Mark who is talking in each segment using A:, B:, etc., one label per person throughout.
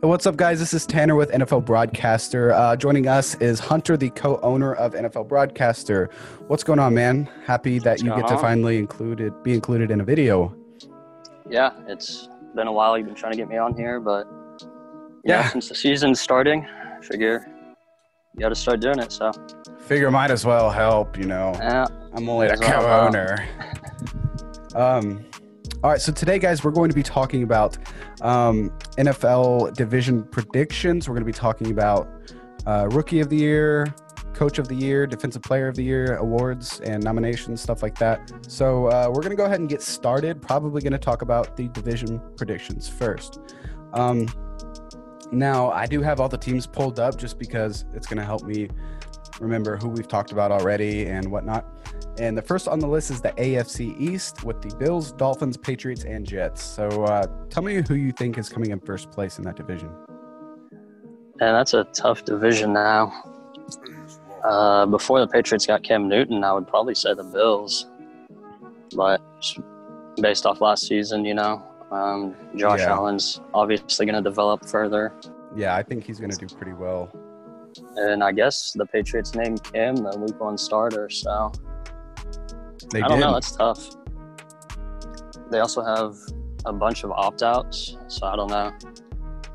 A: What's up, guys? This is Tanner with NFL Broadcaster. Uh, joining us is Hunter, the co owner of NFL Broadcaster. What's going on, man? Happy that you get to
B: Uh-huh.
A: finally included, be included in a video.
B: Yeah, it's been a while. You've been trying to get me on here, but yeah,
A: Yeah.
B: since the season's starting, I figure you got to start doing it. So
A: Figure might as well help, you know.
B: yeah,
A: I'm only the
B: That's all,
A: co owner. um, all right, so today, guys, we're going to be talking about um, NFL division predictions. We're going to be talking about uh, rookie of the year, coach of the year, defensive player of the year, awards and nominations, stuff like that. So uh, we're going to go ahead and get started. Probably going to talk about the division predictions first. Um, now, I do have all the teams pulled up just because it's going to help me remember who we've talked about already and whatnot. And the first on the list is the AFC East with the Bills, Dolphins, Patriots, and Jets. So uh, tell me who you think is coming in first place in that division.
B: and that's a tough division now. Uh, before the Patriots got Cam Newton, I would probably say the Bills, but just based off last season, you know, um, Josh
A: Yeah.
B: Allen's obviously going to develop further,
A: Yeah, I think he's going to do pretty well.
B: and I guess the Patriots named Cam the Week One starter, so.
A: They
B: I don't
A: did.
B: know. That's tough. They also have a bunch of opt outs, so I don't know.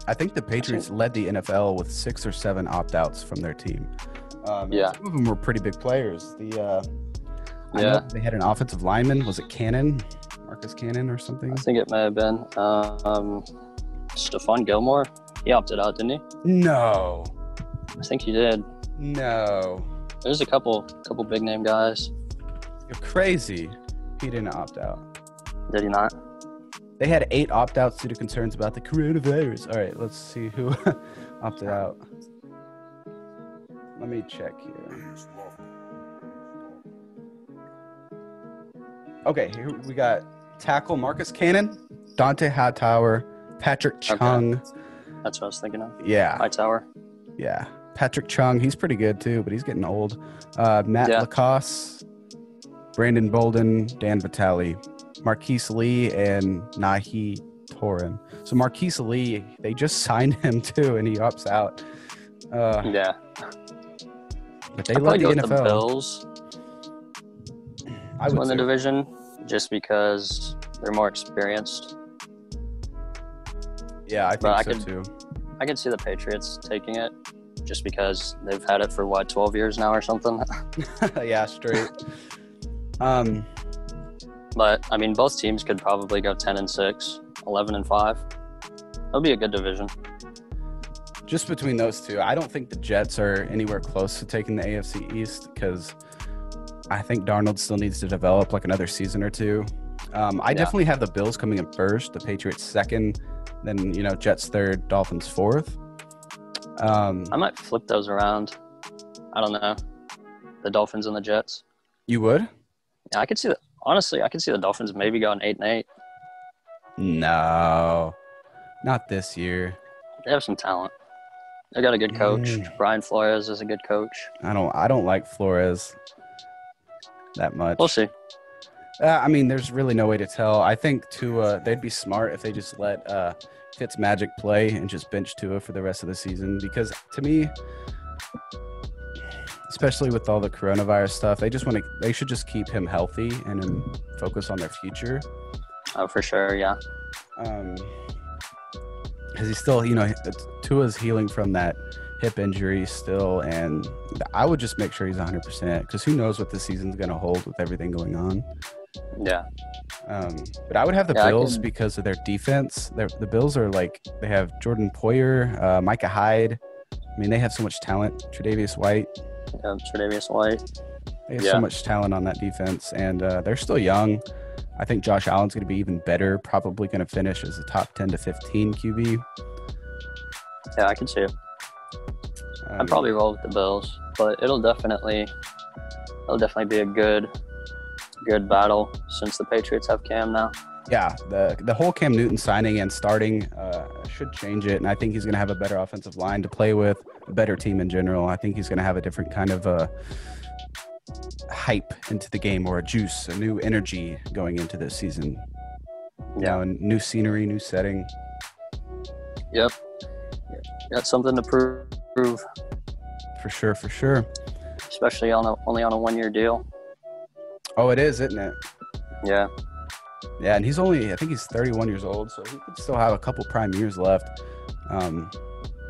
A: I think the Patriots led the NFL with six or seven opt outs from their team. Um,
B: Yeah.
A: Some of them were pretty big players. The uh, I know
B: Yeah.
A: they had an offensive lineman. Was it Cannon? Marcus Cannon or something?
B: I think it may have been um, Stephon Gilmore. He opted out, didn't he?
A: No.
B: I think he did.
A: No.
B: There's a couple, couple big name guys.
A: You're crazy. He didn't opt out.
B: Did he not?
A: They had eight opt outs due to concerns about the coronavirus. All right, let's see who opted out. Let me check here. Okay, here we got tackle Marcus Cannon, Dante Hightower, Patrick
B: Okay.
A: Chung.
B: That's what I was thinking of.
A: Yeah,
B: Hightower.
A: yeah. Patrick Chung, he's pretty good too, but he's getting old. Uh, Matt
B: Yeah.
A: Lacoste, Brandon Bolden, Dan Vitale, Marquise Lee, and Nahi Torin. So Marquise Lee, they just signed him too, and he opts out. Uh,
B: Yeah.
A: but they
B: I'd
A: led
B: probably
A: the
B: go with the
A: NFL.
B: Bills
A: I
B: to win
A: would
B: the
A: say.
B: division just because they're more experienced.
A: Yeah, I think
B: Well, I
A: so
B: could-
A: too.
B: I can see the Patriots taking it just because they've had it for, what, 12 years now or something?
A: yeah, straight. um,
B: But I mean, both teams could probably go 10 and 6, 11 and 5. That'll be a good division.
A: just between those two, I don't think the Jets are anywhere close to taking the AFC East because I think Darnold still needs to develop like another season or two. Um, I
B: Yeah.
A: definitely have the Bills coming in first, the Patriots second, then you know Jets third, Dolphins fourth. Um,
B: I might flip those around. I don't know. The Dolphins and the Jets.
A: you would?
B: Yeah, I could see that. Honestly, I could see the Dolphins maybe going 8 and 8.
A: No, not this year.
B: They have some talent. They got a good coach.
A: Mm.
B: Brian Flores is a good coach.
A: I don't. I don't like Flores that much.
B: We'll see.
A: Uh, I mean, there's really no way to tell. I think Tua, they'd be smart if they just let uh, Fitzmagic play and just bench Tua for the rest of the season. Because to me, especially with all the coronavirus stuff, they just want to. They should just keep him healthy and then focus on their future.
B: Oh, for sure. Yeah.
A: Um, because he's still, you know, it's- Tua's healing from that hip injury still, and I would just make sure he's 100 percent. Because who knows what the season's going to hold with everything going on.
B: Yeah.
A: Um, but I would have the
B: Yeah, I
A: Bills
B: can-
A: because of their defense. Their, the Bills are like they have Jordan Poyer, uh, Micah Hyde. I mean, they have so much talent. Tre'Davious White.
B: yeah Tredavious White.
A: They have
B: Yeah.
A: so much talent on that defense, and uh, they're still young. I think Josh Allen's going to be even better. Probably going to finish as a top ten to fifteen Um, QB.
B: Yeah, I can see it.
A: Um,
B: I'd probably roll with the Bills, but it'll definitely it'll definitely be a good good battle since the Patriots have Cam now.
A: Yeah, the the whole Cam Newton signing and starting uh, should change it, and I think he's going to have a better offensive line to play with, a better team in general. I think he's going to have a different kind of uh, hype into the game or a juice, a new energy going into this season. You know, and new scenery, new setting.
B: Yep. got something to prove,
A: for sure, for sure.
B: especially on a, only on a one year deal.
A: Oh, it is, isn't it?
B: Yeah,
A: Yeah, and he's only I think he's 31 years old, so he could still have a couple prime years left. Um,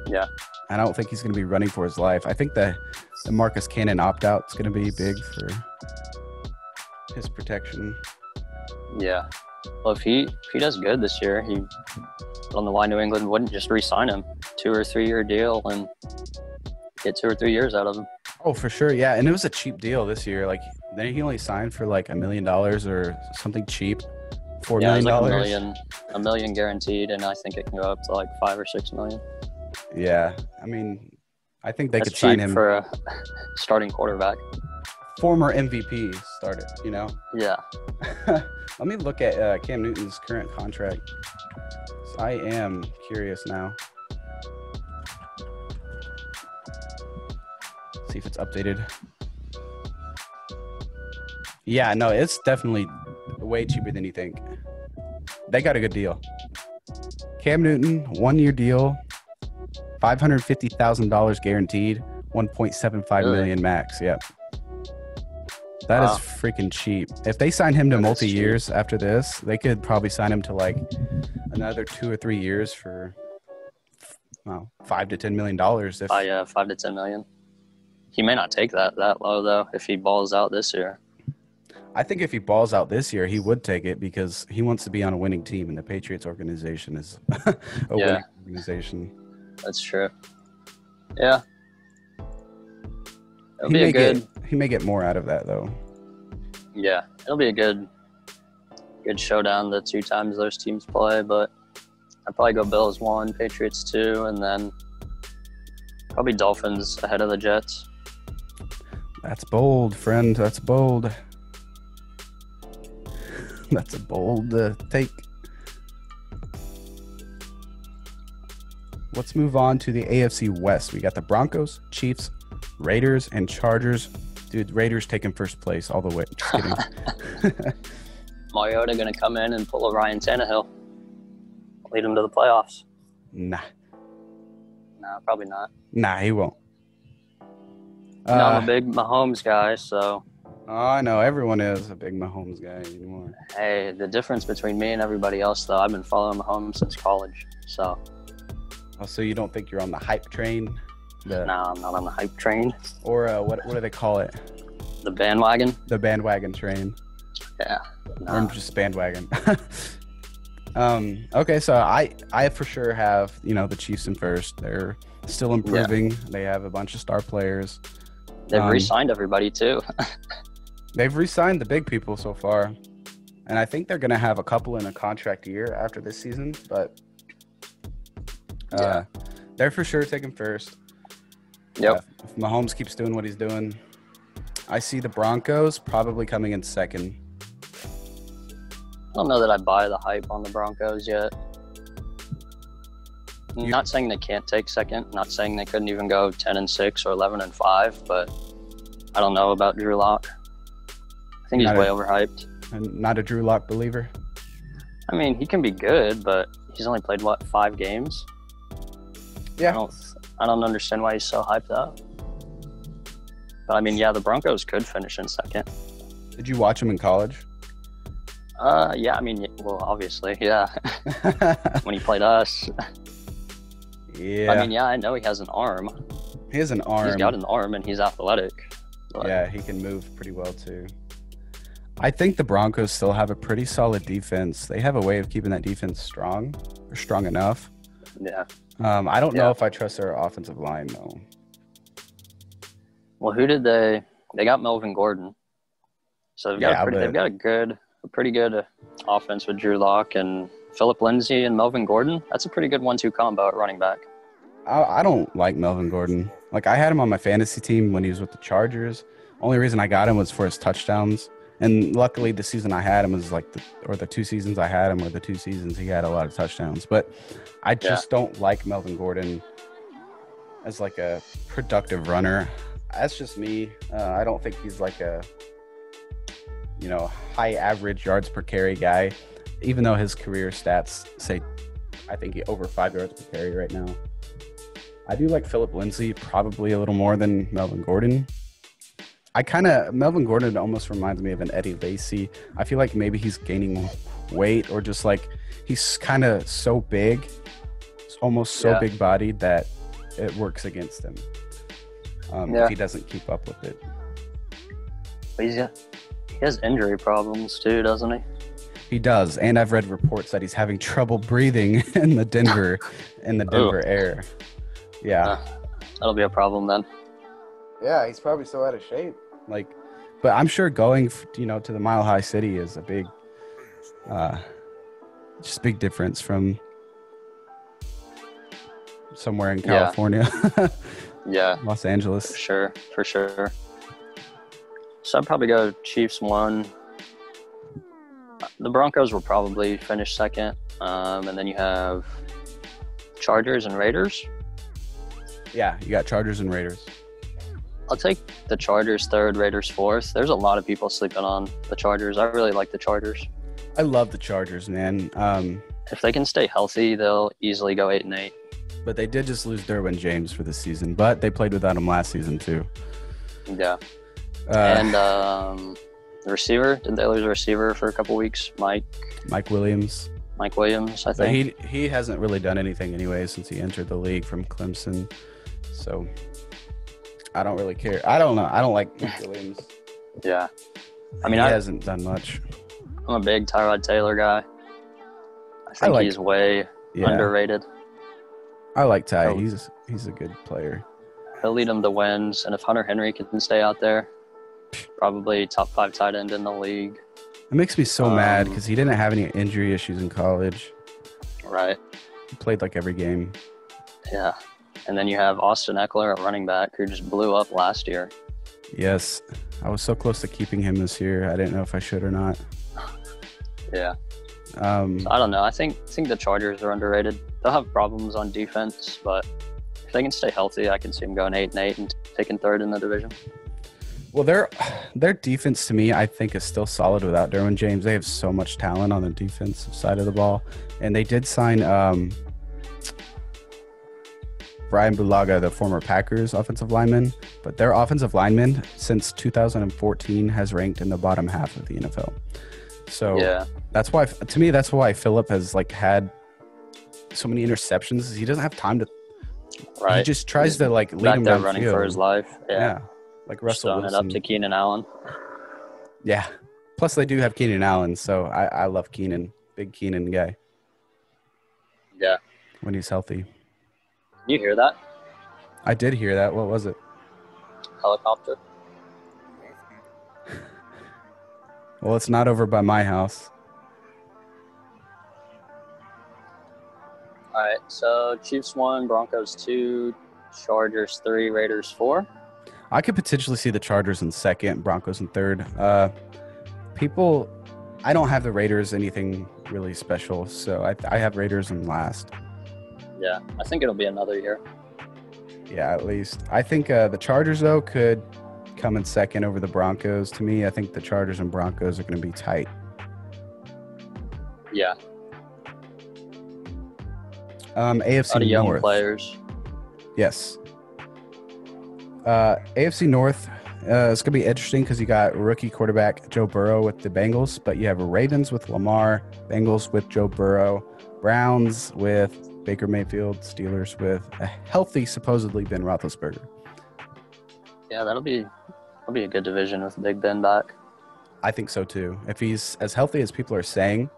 B: Yeah.
A: I don't think he's going to be running for his life. I think the the Marcus Cannon opt out is going to be big for his protection.
B: yeah. Well, if he if he does good this year, he I don't know why New England wouldn't just re-sign him two or three year deal and get two or three years out of him.
A: Oh, for sure, yeah. And it was a cheap deal this year. Like then he only signed for like a million dollars or something cheap, Four
B: yeah,
A: million
B: it's like a
A: dollars.
B: million, a million guaranteed, and I think it can go up to like five or six million.
A: Yeah, I mean, I think they
B: That's
A: could sign
B: cheap
A: him.
B: for a starting quarterback.
A: former MVP started, you know.
B: Yeah,
A: Let me look at uh, Cam Newton's current contract. I am curious now. See if it's updated. Yeah, no, it's definitely way cheaper than you think. They got a good deal. Cam Newton, one year deal, $550,000 guaranteed, one point seven five million
B: Really?
A: max. Yep. That is
B: Wow.
A: freaking cheap. If they sign him to
B: That is
A: multi
B: cheap.
A: years after this, they could probably sign him to like another two or three years for well, five to ten million dollars. If
B: by uh, five to ten million. He may not take that that low though if he balls out this year.
A: I think if he balls out this year, he would take it because he wants to be on a winning team, and the Patriots organization is a
B: Yeah.
A: winning organization.
B: That's true. Yeah, it'll
A: He
B: be
A: may
B: a good.
A: get he may get more out of that though.
B: Yeah, it'll be a good, good showdown the two times those teams play. But I'd probably go Bills one, Patriots two, and then probably Dolphins ahead of the Jets.
A: That's bold, friend. That's bold. That's a bold uh, take. Let's move on to the AFC West. We got the Broncos, Chiefs, Raiders, and Chargers. Dude, Raiders taking first place all the way. Just kidding.
B: Mariota going to come in and pull a Ryan Tannehill, lead him to the playoffs.
A: nah,
B: No, probably not.
A: nah, he won't.
B: no, I'm
A: Uh,
B: a big Mahomes guy, so
A: oh, I know everyone is a big Mahomes guy anymore.
B: hey, the difference between me and everybody else, though, I've been following Mahomes since college. So
A: Oh, so you don't think you're on the hype train, the,
B: no, I'm not on the hype train,
A: or uh, what? What do they call it?
B: the bandwagon.
A: The bandwagon train.
B: Yeah, no.
A: I'm just bandwagon. um, okay, so I I for sure have you know the Chiefs in first. They're still improving. They have a bunch of star players.
B: they've
A: um,
B: re-signed everybody too.
A: They've re-signed the big people so far, and I think they're gonna have a couple in a contract year after this season. But uh, they're for sure taking first.
B: Yep.
A: Yeah, if Mahomes keeps doing what he's doing, I see the Broncos probably coming in second.
B: I don't know that I buy the hype on the Broncos yet.
A: You-
B: Not saying they can't take second. Not saying they couldn't even go ten and six or eleven and five. But I don't know about Drew Lock. I think he's
A: Not a-
B: way overhyped.
A: I'm not a Drew Lock believer.
B: I mean, he can be good, but he's only played what five games.
A: Yeah.
B: I don't. I don't understand why he's so hyped up. But I mean, yeah, the Broncos could finish in second.
A: Did you watch him in college?
B: Uh, yeah. I mean, well, obviously, yeah. when he played us,
A: Yeah,
B: I mean, yeah, I know he has an arm.
A: he has an arm.
B: He's got an arm and he's athletic. But
A: yeah, he can move pretty well too. I think the Broncos still have a pretty solid defense. They have a way of keeping that defense strong or strong enough.
B: yeah.
A: Um, I don't know
B: Yeah.
A: if I trust their offensive line though.
B: Well, who did they? They got Melvin Gordon. So they've got
A: Yeah,
B: a pretty,
A: but-
B: they've got a good, a pretty good uh, offense with Drew Lock and Philip Lindsay and Melvin Gordon. That's a pretty good one-two combo at running back.
A: I, I don't like Melvin Gordon. Like I had him on my fantasy team when he was with the Chargers. Only reason I got him was for his touchdowns. And luckily, the season I had him was like, the, or the two seasons I had him, or the two seasons he had a lot of touchdowns. But I just don't like Melvin Gordon as like a productive runner. That's just me. Uh, I don't think he's like a, you know, high average yards per carry guy, even though his career stats say, I think he over five yards per carry right now. I do like Philip Lindsay probably a little more than Melvin Gordon. I kind of Melvin Gordon almost reminds me of an Eddie Lacy. I feel like maybe he's gaining weight or just like he's kind of so big, almost so
B: Yeah.
A: big bodied that it works against him um,
B: Yeah.
A: if he doesn't keep up with it.
B: But he's got, he has injury problems too, doesn't he?
A: He does, and I've read reports that he's having trouble breathing in the Denver in the Denver air. Yeah,
B: That'll be a problem then.
A: yeah, he's probably so out of shape. Like, but I'm sure going, f- you know, to the Mile High City is a big, uh, just big difference from somewhere in
B: Yeah.
A: California,
B: Yeah,
A: Los
B: for
A: Angeles.
B: sure, for sure. So I'd probably go Chiefs one. The Broncos will probably finish second, um, and then you have Chargers and Raiders.
A: Yeah, you got Chargers and Raiders.
B: I'll take the Chargers third, Raiders fourth. There's a lot of people sleeping on the Chargers. I really like the Chargers.
A: I love the Chargers, man. Um,
B: If they can stay healthy, they'll easily go eight and eight.
A: but they did just lose Derwin James for the season, but they played without him last season too.
B: Yeah.
A: Uh,
B: and um, the receiver, did they lose a receiver for a couple weeks? Mike,
A: Mike Williams.
B: Mike Williams, I
A: But
B: think.
A: he he hasn't really done anything anyway since he entered the league from Clemson. So I don't really care. I don't know. I don't like Mike Williams.
B: yeah. I
A: he
B: mean, I,
A: hasn't done much.
B: I'm a big Tyrod Taylor guy. I think
A: like-
B: he's way
A: Yeah,
B: underrated.
A: I like Ty.
B: Oh.
A: He's he's a good player.
B: He'll lead them to wins, and if Hunter Henry can stay out there, probably top five tight end in the league.
A: It makes me so
B: Um,
A: mad because he didn't have any injury issues in college.
B: Right.
A: He played like every game.
B: Yeah. And then you have Austin Eckler at running back, who just blew up last year.
A: Yes, I was so close to keeping him this year. I didn't know if I should or not.
B: Yeah.
A: Um,
B: So I don't know. I think I think the Chargers are underrated. They'll have problems on defense, but if they can stay healthy, I can see them going eight and eight and taking third in the division.
A: Well, their their defense to me, I think, is still solid without Derwin James. They have so much talent on the defensive side of the ball, and they did sign um, Brian Bulaga, the former Packers offensive lineman. But their offensive lineman since 2014 has ranked in the bottom half of the NFL. So
B: Yeah.
A: that's why, to me, that's why Philip has like had so many interceptions. is He doesn't have time to. He
B: Right.
A: just tries to like lead
B: Back
A: him
B: there
A: downfield.
B: running for his life.
A: Yeah.
B: Yeah.
A: Like
B: Just
A: Russell
B: throwing it
A: Wilson.
B: up to Keenan Allen.
A: Yeah. Plus, they do have Keenan Allen, so I, I love Keenan. Big Keenan guy
B: Yeah.
A: when he's healthy.
B: You hear that?
A: I did hear that. What was it?
B: Helicopter.
A: Well, it's not over by my house.
B: All right. So Chiefs one, Broncos two, Chargers three, Raiders four.
A: I could potentially see the Chargers in second, Broncos in third. Uh, people, I don't have the Raiders anything really special, so I, I have Raiders in last.
B: Yeah. I think it'll be another year.
A: Yeah, at least. I think uh, the Chargers, though, could come in second over the Broncos. To me, I think the Chargers and Broncos are going to be tight.
B: Yeah.
A: Um,
B: A lot of
A: AFC
B: young
A: North.
B: players.
A: Yes. Uh, AFC North. Uh, it's gonna be interesting because you got rookie quarterback Joe Burrow with the Bengals, but you have Ravens with Lamar, Bengals with Joe Burrow, Browns with Baker Mayfield, Steelers with a healthy supposedly Ben Roethlisberger.
B: Yeah, that'll be that'll be a good division with Big Ben back.
A: I think so too. If he's as healthy as people are saying,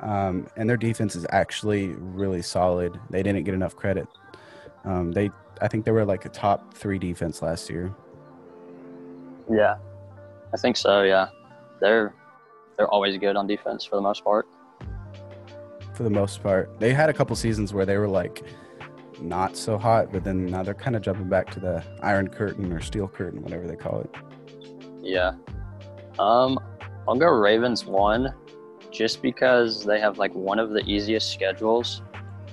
A: um, and their defense is actually really solid, they didn't get enough credit. Um, they, I think they were like a top three defense last year.
B: Yeah, I think so. Yeah, they're they're always good on defense for the most part.
A: for the most part. They had a couple seasons where they were like not so hot, but then now they're kind of jumping back to the iron curtain or steel curtain, whatever they call it.
B: Yeah. Um, I'll go Ravens one, just because they have like one of the easiest schedules,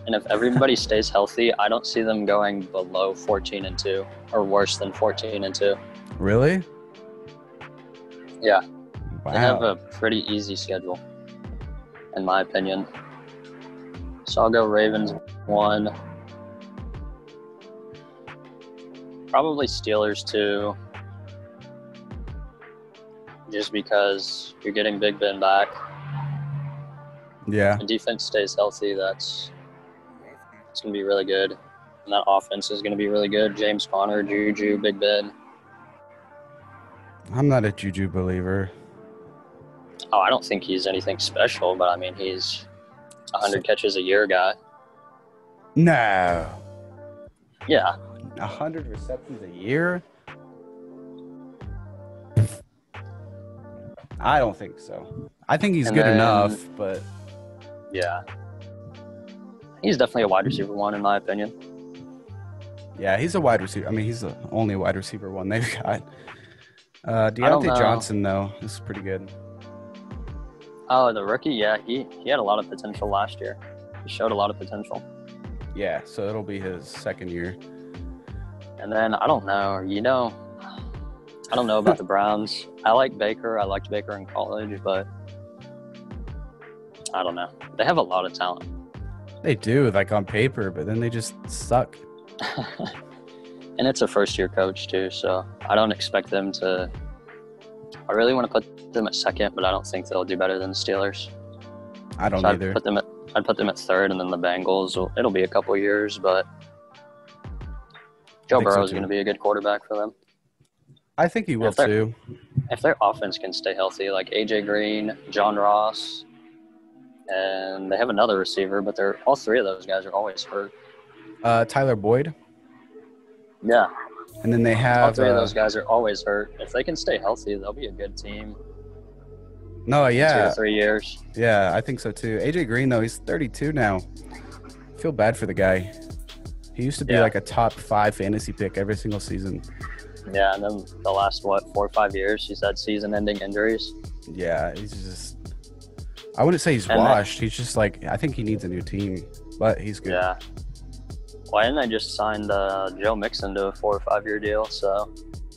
B: and if everybody stays healthy, I don't see them going below fourteen and two or worse than fourteen and two.
A: Really?
B: Yeah.
A: Wow.
B: They have a pretty easy schedule, in my opinion. So I'll go Ravens one. Probably Steelers too. Just because you're getting Big Ben back.
A: Yeah.
B: The defense stays healthy. That's it's gonna be really good, and that offense is gonna be really good. James Conner, Juju, Big Ben.
A: I'm not a Juju believer.
B: Oh, I don't think he's anything special, but I mean he's 100 catches a year guy.
A: No.
B: Yeah,
A: 100 receptions a year? I don't think so. I think he's
B: And
A: good
B: then-
A: enough, but
B: yeah. He's definitely a wide receiver one in my opinion.
A: yeah, he's a wide receiver. I mean, he's the only wide receiver one they've got. Uh,
B: don't
A: Deontay
B: know.
A: Johnson, though, is pretty good.
B: Oh, the rookie, yeah, he he had a lot of potential last year. He showed a lot of potential.
A: Yeah, so it'll be his second year.
B: And then I don't know, you know, I don't know about the Browns. I like Baker. I liked Baker in college, but I don't know. They have a lot of talent.
A: They do, like on paper, but then they just suck.
B: and it's a first year coach too, so I don't expect them to I really want to put them at second, but I don't think they'll do better than the Steelers.
A: I don't
B: So I'd
A: either.
B: put them at I'd put them at third, and then the Bengals. will- It'll be a couple years, but Joe
A: Think so,
B: Burrow is
A: too.
B: going to be a good quarterback for them.
A: I think he will
B: If they're-
A: too.
B: if their offense can stay healthy, like AJ Green, John Ross, and they have another receiver, but they're all three of those guys are always hurt.
A: Uh, Tyler Boyd,
B: Yeah,
A: and then they
B: all
A: have
B: three of
A: uh,
B: those guys are always hurt. If they can stay healthy, they'll be a good team.
A: no,
B: two
A: yeah,
B: to three years.
A: Yeah, I think so too. AJ Green though, he's 32 now. I feel bad for the guy. He used to be
B: Yeah.
A: like a top five fantasy pick every single season.
B: Yeah, and then the last what four or five years, he's had season-ending injuries.
A: Yeah, he's just. I wouldn't say he's
B: And that-
A: washed. he's just like I think he needs a new team, but he's good.
B: Yeah. Why didn't I just sign uh, Joe Mixon to a four or five-year deal? So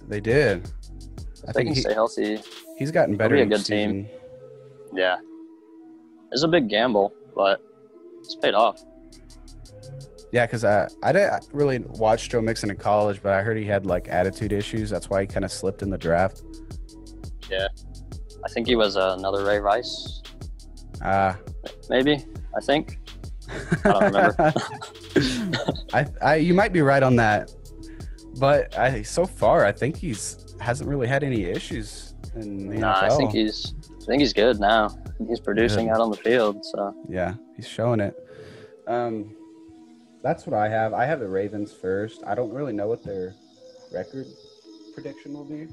A: They did. I
B: if they
A: think
B: can
A: he,
B: stay healthy,
A: he's gotten better.
B: be a
A: each
B: good team.
A: season.
B: yeah, it's a big gamble, but it's paid off.
A: Yeah, because I I didn't really watch Joe Mixon in college, but I heard he had like attitude issues. That's why he kind of slipped in the draft.
B: I think he was uh, another Ray Rice,
A: Ah,
B: maybe. I think. I don't remember.
A: I, I, you might be right on that, but I so far I think he's hasn't really had any issues in the
B: nah,
A: NFL.
B: I think he's. I think he's good now. He's producing
A: Good.
B: out on the field, so
A: yeah, he's showing it. Um, that's what I have. I have the Ravens first. I don't really know what their record prediction will be.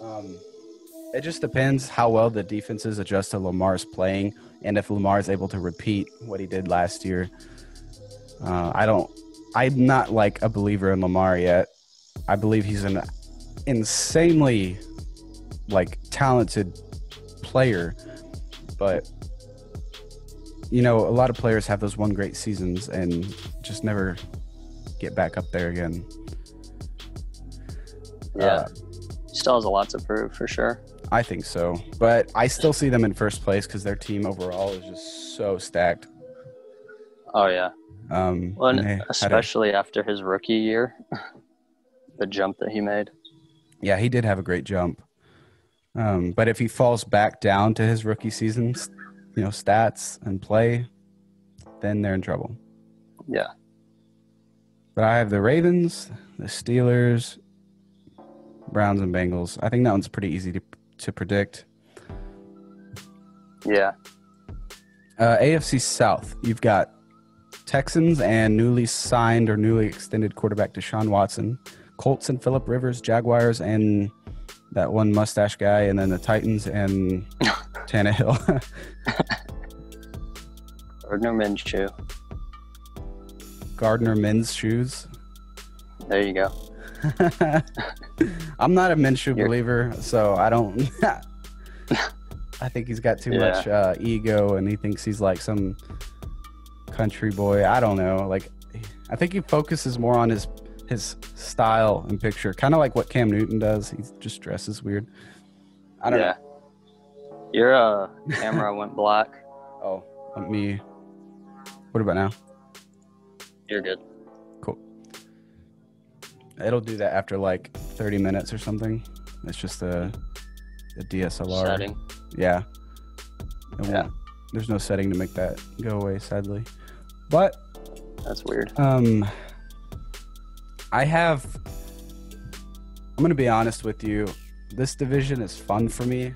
A: Um, it just depends how well the defenses adjust to Lamar's playing, and if Lamar is able to repeat what he did last year. Uh, I don't. I'm not like a believer in Lamar yet. I believe he's an insanely like talented player, but you know, a lot of players have those one great seasons and just never get back up there again.
B: yeah,
A: Uh,
B: he still has a lot to prove for sure.
A: I think so. But I still see them in first place because their team overall is just so stacked.
B: Oh yeah,
A: Um,
B: well, and
A: and they had a-
B: especially after his rookie year, the jump that he made.
A: yeah, he did have a great jump. Um, but if he falls back down to his rookie season's, you know, stats and play, then they're in trouble.
B: Yeah,
A: But I have the Ravens, the Steelers, Browns, and Bengals. I think that one's pretty easy to, to predict.
B: yeah,
A: Uh, AFC South, you've got Texans and newly signed or newly extended quarterback Deshaun Watson, Colts and Philip Rivers, Jaguars and that one mustache guy, and then the Titans and Tannehill.
B: Gardner Minshew.
A: Gardner men's shoes.
B: There you go.
A: I'm not a Minshew
B: You're-
A: believer, so I don't. I think he's got too
B: Yeah.
A: much uh, ego, and he thinks he's like some country boy. I don't know. Like, I think he focuses more on his his style and picture, kind of like what Cam Newton does. He just dresses weird. I don't
B: yeah, your uh, camera went black.
A: know. Oh, let me. What about now?
B: You're good.
A: It'll do that after like 30 minutes or something. It's just the the DSLR.
B: setting.
A: Yeah. It
B: Yeah.
A: won't- There's no setting to make that go away, sadly. But
B: That's weird.
A: um, I have. I'm gonna be honest with you. This division is fun for me.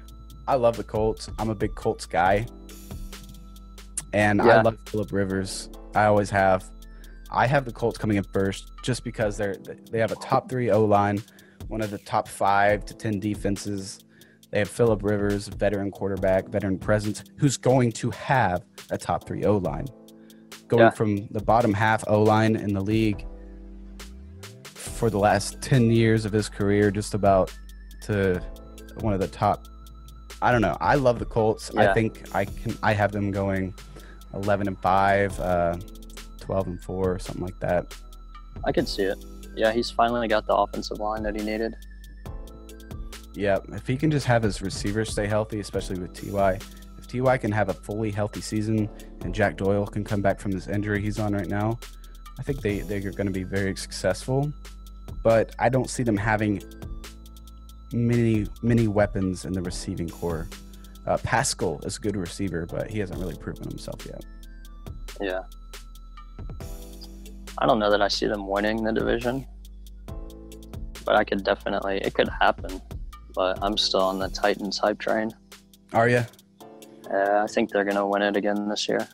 A: I love the Colts. I'm a big Colts guy, and I
B: Yeah.
A: love Philip Rivers. I always have. I have the Colts coming in first, just because they're they have a top three O line, one of the top five to ten defenses. They have Philip Rivers, veteran quarterback, veteran presence, who's going to have a top three O line. Going
B: Yeah.
A: from the bottom half O line in the league for the last 10 years of his career, just about to one of the top. I don't know. I love the Colts. I
B: Yeah.
A: think I can. I have them going 11 and 5, uh, 12 and 4, or something like that.
B: I could see it. Yeah, he's finally got the offensive line that he needed.
A: Yeah, if he can just have his receivers stay healthy, especially with Ty. If Ty can have a fully healthy season and Jack Doyle can come back from this injury he's on right now, I think they they are going to be very successful. But I don't see them having many many weapons in the receiving core. Uh, Pascal is a good receiver, but he hasn't really proven himself yet.
B: Yeah. I don't know that I see them winning the division, but I could definitely, it could happen. But I'm still on the Titans hype train.
A: Are you?
B: Uh, I think they're going to win it again this year.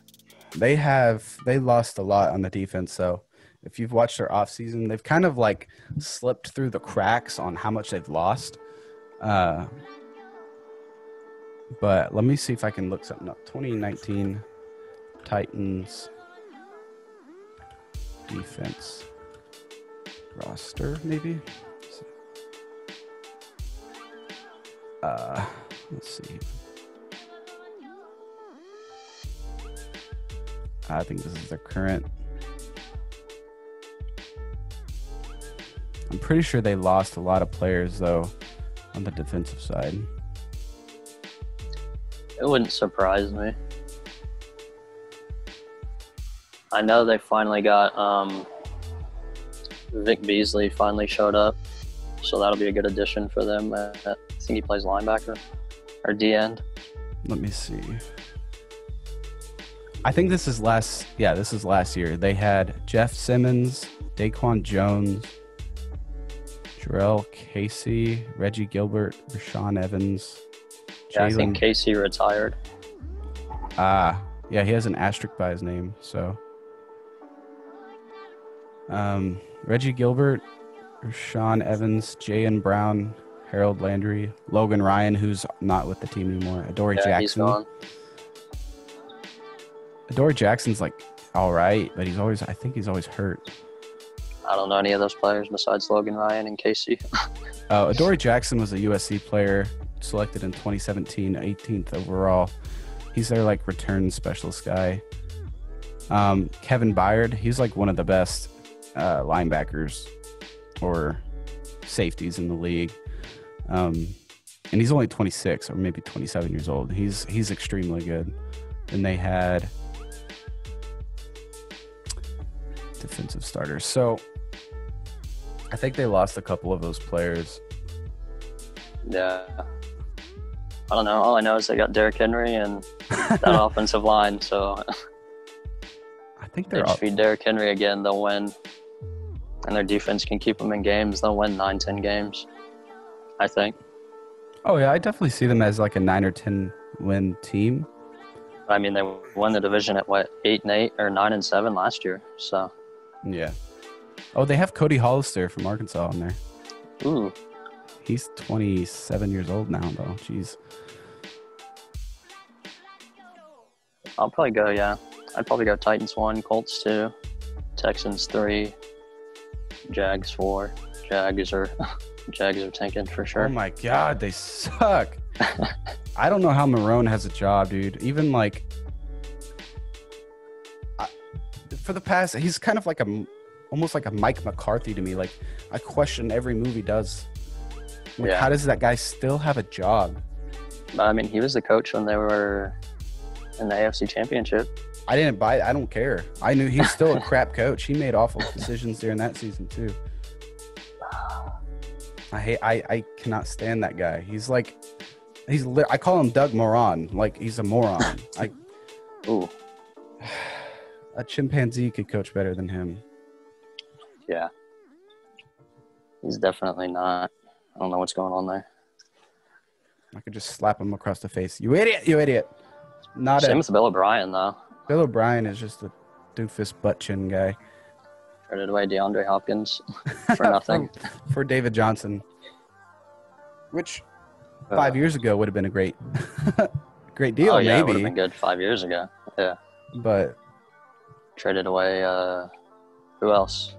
A: they have they lost a lot on the defense so if you've watched their offseason they've kind of like slipped through the cracks on how much they've lost uh, but let me see if i can look something up 2019 titans defense roster maybe uh, let's see I think this is their current. I'm pretty sure they lost a lot of players though on the defensive side.
B: It wouldn't surprise me. I know they finally got um, Vic Beasley finally showed up, so that'll be a good addition for them. Uh, I think he plays linebacker or D end.
A: Let me see. I think this is last yeah, this is last year. They had Jeff Simmons, Daquan Jones, Jarrell Casey, Reggie Gilbert, Rashawn Evans,
B: Yeah, I think
A: Jalen-
B: Casey retired.
A: Ah, yeah, he has an asterisk by his name. So, um, Reggie Gilbert, Sean Evans, Jayan Brown, Harold Landry, Logan Ryan, who's not with the team anymore. Adoree
B: Yeah, he's
A: Jackson.
B: gone.
A: Adoree Jackson's like all right, but he's always. I think he's always hurt.
B: I don't know any of those players besides Logan Ryan and Casey.
A: Uh, Adoree Jackson was a USC player selected in 2017, 18th overall. He's their like return specialist guy. Um, Kevin Byard, he's like one of the best uh, linebackers or safeties in the league. Um, and he's only 26 or maybe 27 years old. He's he's extremely good. And they had defensive starters. So I think they lost a couple of those players.
B: Yeah. I don't know. All I know is they got Derrick Henry and that offensive line. So
A: I think
B: they
A: they're
B: just
A: all,
B: feed Derrick Henry again, they'll win. And their defense can keep them in games. They'll win nine, ten games, I think.
A: Oh yeah, I definitely see them as like a nine or ten win team.
B: I mean, they won the division at what, 8 and 8 or 9 and 7 last year. So,
A: Yeah. Oh, they have Cody Hollister from Arkansas on there.
B: ooh,
A: He's twenty seven years old now though. Jeez.
B: I'll probably go, yeah. I'd probably go Titans 1, Colts 2, Texans 3, Jags 4. Jags are, Jags are tanking for sure.
A: Oh my god, they suck. I don't know how Marone has a job, dude. Even like I, for the past, he's kind of like a almost like a Mike McCarthy to me. Like I question every move he does. Like,
B: Yeah.
A: How does that guy still have a job?
B: But I mean, he was the coach when they were in the AFC Championship.
A: I didn't buy. I don't care. I knew he's still a crap coach. He made awful decisions during that season too. I hate. I I cannot stand that guy. He's like, he's. Li- I call him Doug Moron. Like he's a moron. I
B: Ooh,
A: a chimpanzee could coach better than him.
B: yeah. He's definitely not. I don't know what's going on there.
A: I could just slap him across the face. You idiot! You idiot! Not
B: Same
A: a,
B: with Bill O'Brien though.
A: Bill O'Brien is just a doofus butt chin guy
B: Traded away DeAndre Hopkins for nothing.
A: for David Johnson, which five
B: Uh,
A: years ago would have been a great, great deal,
B: oh, yeah, it would have
A: maybe.
B: been good five years ago.
A: But
B: Traded away. Uh, who else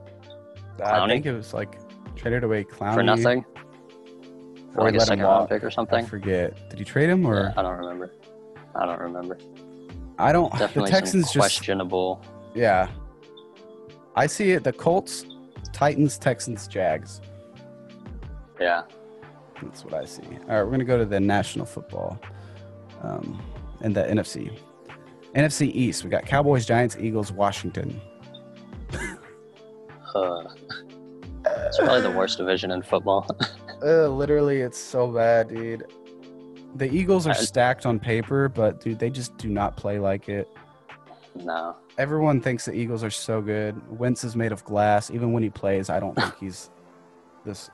A: I
B: Clowney?
A: think it was like traded away Clowney
B: for nothing?
A: or
B: For
A: let
B: like a
A: him
B: second round
A: walk.
B: pick or
A: I
B: something.
A: forget. Did he trade him or
B: I don't remember. I don't remember.
A: I don't?
B: Definitely
A: the Texans
B: some
A: just
B: questionable.
A: Yeah. I see it. The Colts, Titans, Texans, Jags.
B: Yeah.
A: That's what I see. All right, we're going to go to the National Football um, and the NFC. NFC East, we got Cowboys, Giants, Eagles, Washington.
B: Uh, it's probably the worst division in football.
A: Uh, literally, it's so bad, dude. The Eagles are
B: I-
A: stacked on paper, but dude, they just do not play like it.
B: no.
A: Everyone thinks the Eagles are so good. Wentz is made of glass. Even when he plays, I don't think he's this.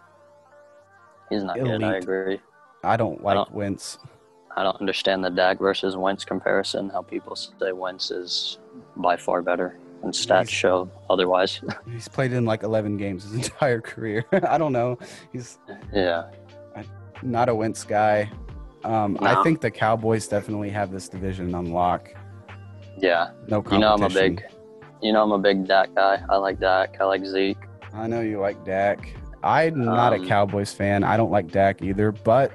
B: He's not good. I
A: Elite.
B: agree.
A: I don't like
B: don't-
A: Wentz.
B: I don't understand the Dak versus Wentz comparison. How people say Wentz is by far better, and stats
A: He's-
B: show otherwise.
A: He's played in like 11 games his entire career. I don't know. He's
B: yeah,
A: not a Wentz guy. Um, I
B: No.
A: think the Cowboys definitely have this division on lock.
B: yeah.
A: No
B: You
A: competition.
B: know I'm a big, you know I'm a big Dak guy. I like Dak. I like Zeke.
A: I know you like Dak. I'm not a
B: Um,
A: Cowboys fan. I don't like Dak either, but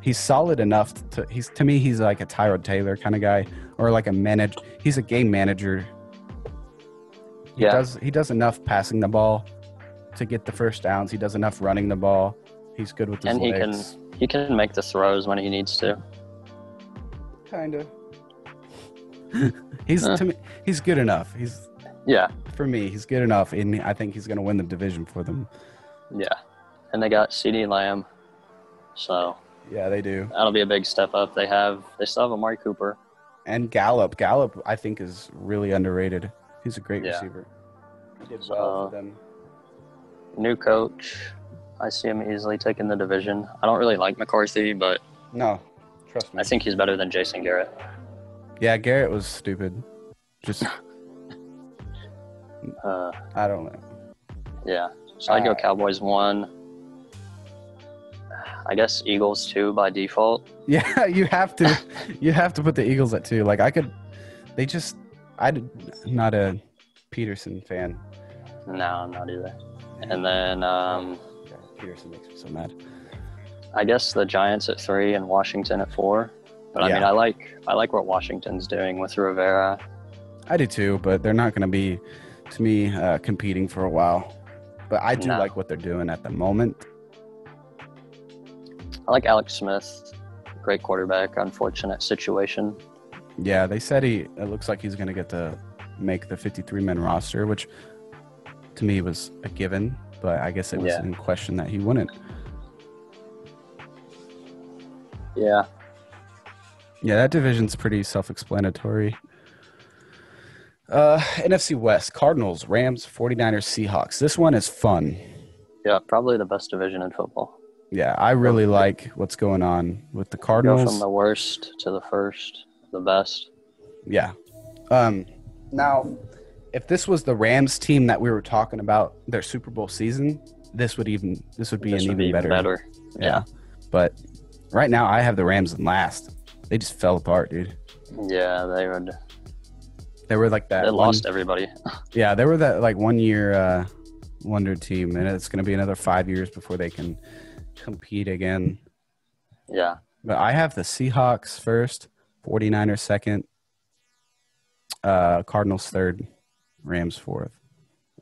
A: he's solid enough to. He's to me, he's like a Tyrod Taylor kind of guy, or like a manage. He's a game manager. He
B: Yeah.
A: does he does enough passing the ball to get the first downs. He does enough running the ball. He's good with his
B: And he can-
A: legs.
B: He can make the throws when he needs to.
A: Kind of. he's
B: Huh.
A: to me, he's good enough. He's
B: Yeah,
A: for me, he's good enough, and I think he's going to win the division for them.
B: yeah. And they got C.D. Lamb, so
A: Yeah, they do.
B: that'll be a big step up. They have. They still have Amari Cooper.
A: And Gallup, Gallup, I think is really underrated. He's a great
B: Yeah.
A: receiver. He did well
B: Uh,
A: for them.
B: New coach. I see him easily taking the division. I don't really like McCarthy, but
A: No, trust me.
B: I think he's better than Jason Garrett.
A: yeah, Garrett was stupid. Just
B: Uh,
A: I don't know.
B: yeah. So I'd go
A: Alright.
B: Cowboys one. I guess Eagles two by default.
A: Yeah, you have to, you have to put the Eagles at two. Like I could, they just, I did not a Peterson fan.
B: No, I'm not either. And then um,
A: Yeah, Peterson makes me so mad.
B: I guess the Giants at three and Washington at four. But I mean,
A: Yeah.
B: I like I like what Washington's doing with Rivera.
A: I do too, but they're not going to be, to me, uh, competing for a while. But I do
B: No.
A: like what they're doing at the moment.
B: I like Alex Smith, great quarterback. Unfortunate situation.
A: Yeah, they said he. It looks like he's going to get to make the 53 man roster, which to me was a given. But I guess it was
B: Yeah.
A: in question that he wouldn't.
B: Yeah,
A: Yeah, that division's pretty self explanatory. Uh, NFC West: Cardinals, Rams, 49ers, Seahawks. This one is fun.
B: yeah, probably the best division in football.
A: Yeah, I really like what's going on with the
B: Go
A: Cardinals.
B: from the worst to the first, the best.
A: Yeah. Um, now, if this was the Rams team that we were talking about their Super Bowl season, this would even this would be
B: This
A: an
B: would
A: even
B: be
A: better.
B: better.
A: Yeah. But right now, I have the Rams in last. They just fell apart, dude.
B: Yeah, they would.
A: They were like that.
B: They
A: one-
B: lost everybody.
A: Yeah, they were that like one year uh, wonder team, and it's going to be another five years before they can compete again.
B: Yeah,
A: But I have the Seahawks first, 49ers second, uh, Cardinals third, Rams fourth.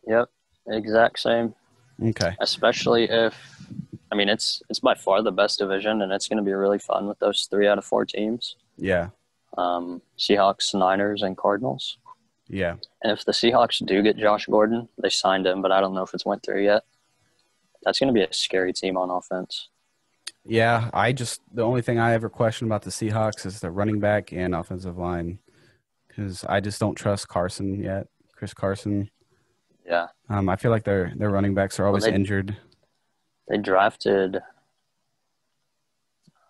B: yep, exact same.
A: Okay.
B: Especially if, I mean, it's it's by far the best division, and it's going to be really fun with those three out of four teams:
A: Yeah.
B: um, Seahawks, Niners, and Cardinals.
A: Yeah.
B: And if the Seahawks do get Josh Gordon, they signed him, but I don't know if it's went through yet. That's going to be a scary team on offense.
A: Yeah, I just the only thing I ever question about the Seahawks is the running back and offensive line because I just don't trust Carson yet, Chris Carson.
B: Yeah,
A: Um, I feel like their their running backs are always
B: they-
A: injured.
B: they drafted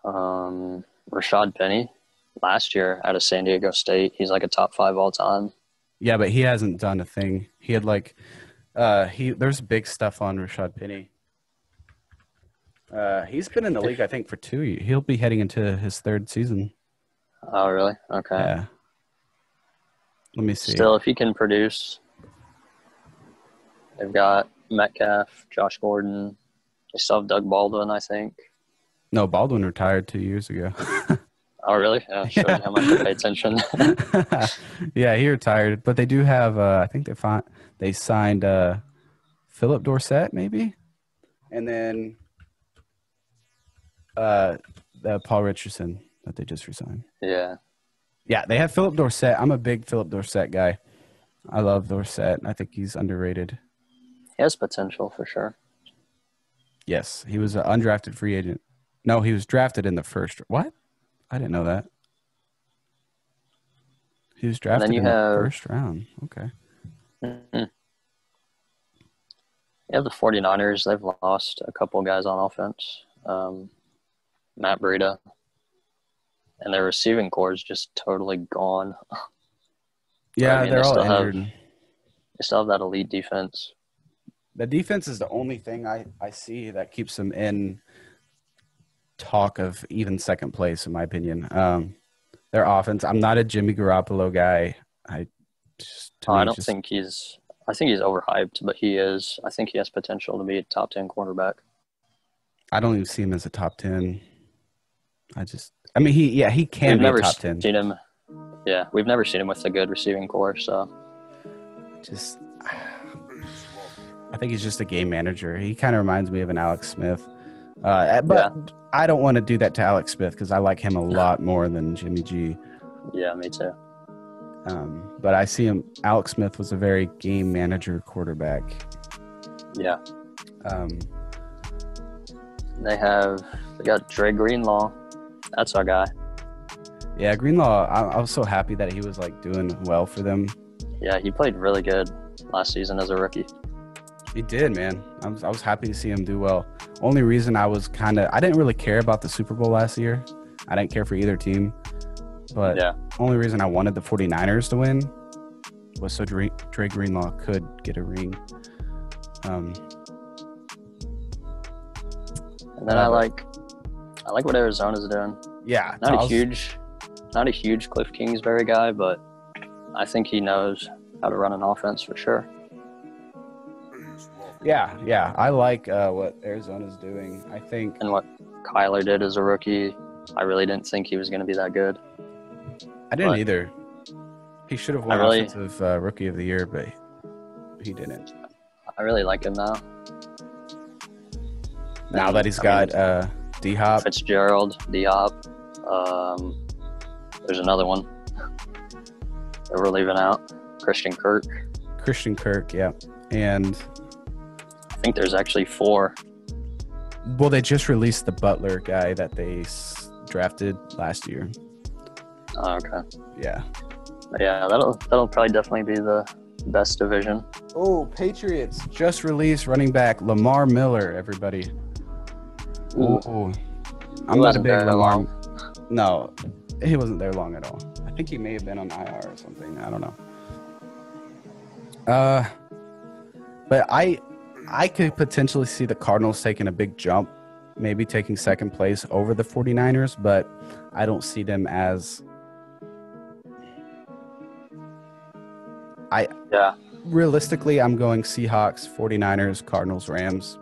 B: um, Rashad Penny last year out of San Diego State. He's like a top five all time.
A: Yeah, but he hasn't done a thing. He had like, uh, he there's big stuff on Rashad Penny. Uh, he's been in the league, I think, for two. ye- He'll be heading into his third season.
B: Oh, really? Okay.
A: Yeah. Let me see.
B: Still, if he can produce, they've got Metcalf, Josh Gordon. They still have Doug Baldwin, I think.
A: No, Baldwin retired two years ago.
B: Oh, really? Yeah, showing
A: Yeah.
B: how much I pay attention.
A: yeah, he retired, but they do have. Uh, I think they find they signed uh, Philip Dorsett, maybe, and then uh, uh, Paul Richardson that they just resigned.
B: yeah.
A: Yeah, they have Philip Dorsett. I'm a big Philip Dorsett guy. I love Dorsett. I think he's underrated.
B: He has potential for sure.
A: Yes, he was an undrafted free agent. No, he was drafted in the first. What? I didn't know that. He was drafted
B: you
A: in the
B: have-
A: first round. Okay.
B: Mhm. Yeah, the 49ers, they've lost a couple guys on offense. Um, Matt Breida. And their receiving core is just totally gone.
A: Yeah,
B: mean,
A: they're
B: they
A: all
B: still have-
A: injured.
B: They still have that elite defense.
A: The defense is the only thing I, I see that keeps them in talk of even second place, in my opinion. Um, their offense. I'm not a Jimmy Garoppolo guy. I just to
B: Oh,
A: me,
B: I don't
A: just-
B: think he's – I think he's overhyped, but he is – I think he has potential to be a top 10 quarterback.
A: I don't even see him as a top ten. I just I mean he yeah he
B: we've
A: can be a
B: never
A: top ten.
B: seen him – yeah, we've never seen him with a good receiving core, so –
A: Just I think he's just a game manager. He kind of reminds me of an Alex Smith. Uh, but I don't want to do that to Alex Smith because I like him a lot more than Jimmy G.
B: yeah, me too.
A: Um, but I see him. Alex Smith was a very game manager quarterback.
B: Yeah.
A: Um,
B: They have they got Dre Greenlaw. That's our guy.
A: yeah, Greenlaw. I, I was so happy that he was like doing well for them.
B: Yeah, he played really good last season as a rookie.
A: He did, man. I was, I was happy to see him do well. Only reason I was kind of I didn't really care about the Super Bowl last year. I didn't care for either team. But
B: yeah,
A: only reason I wanted the 49ers to win was so Dre, Dre Greenlaw could get a ring. Um,
B: and then I like I like what Arizona's doing.
A: yeah,
B: Not
A: I
B: a
A: was-
B: huge, not a huge Cliff Kingsbury guy, but I think he knows how to run an offense for sure.
A: Yeah, yeah. I like uh, what Arizona's doing. I think
B: And what Kyler did as a rookie, I really didn't think he was going to be that good.
A: I didn't
B: But-
A: either. He should have won
B: really-
A: offensive uh, rookie of the year, but he didn't.
B: I really like him now.
A: Now that he's
B: I mean,
A: got uh, D Hop,
B: Fitzgerald, Diop. Um, there's another one that we're leaving out. Christian Kirk.
A: Christian Kirk, yeah, and
B: I think there's actually four.
A: well, they just released the Butler guy that they s- drafted last year.
B: Oh, okay.
A: Yeah.
B: But yeah, that'll that'll probably definitely be the best division.
A: Oh, Patriots just released running back Lamar Miller. Everybody.
B: Ooh.
A: Ooh. I'm not
B: He
A: a
B: wasn't
A: big
B: there
A: Lamar.
B: long.
A: No, he wasn't there long at all. I think he may have been on IR or something. I don't know. Uh, but I, I could potentially see the Cardinals taking a big jump, maybe taking second place over the 49ers, but I don't see them as
B: Yeah,
A: realistically. I'm going Seahawks, 49ers, Cardinals, Rams.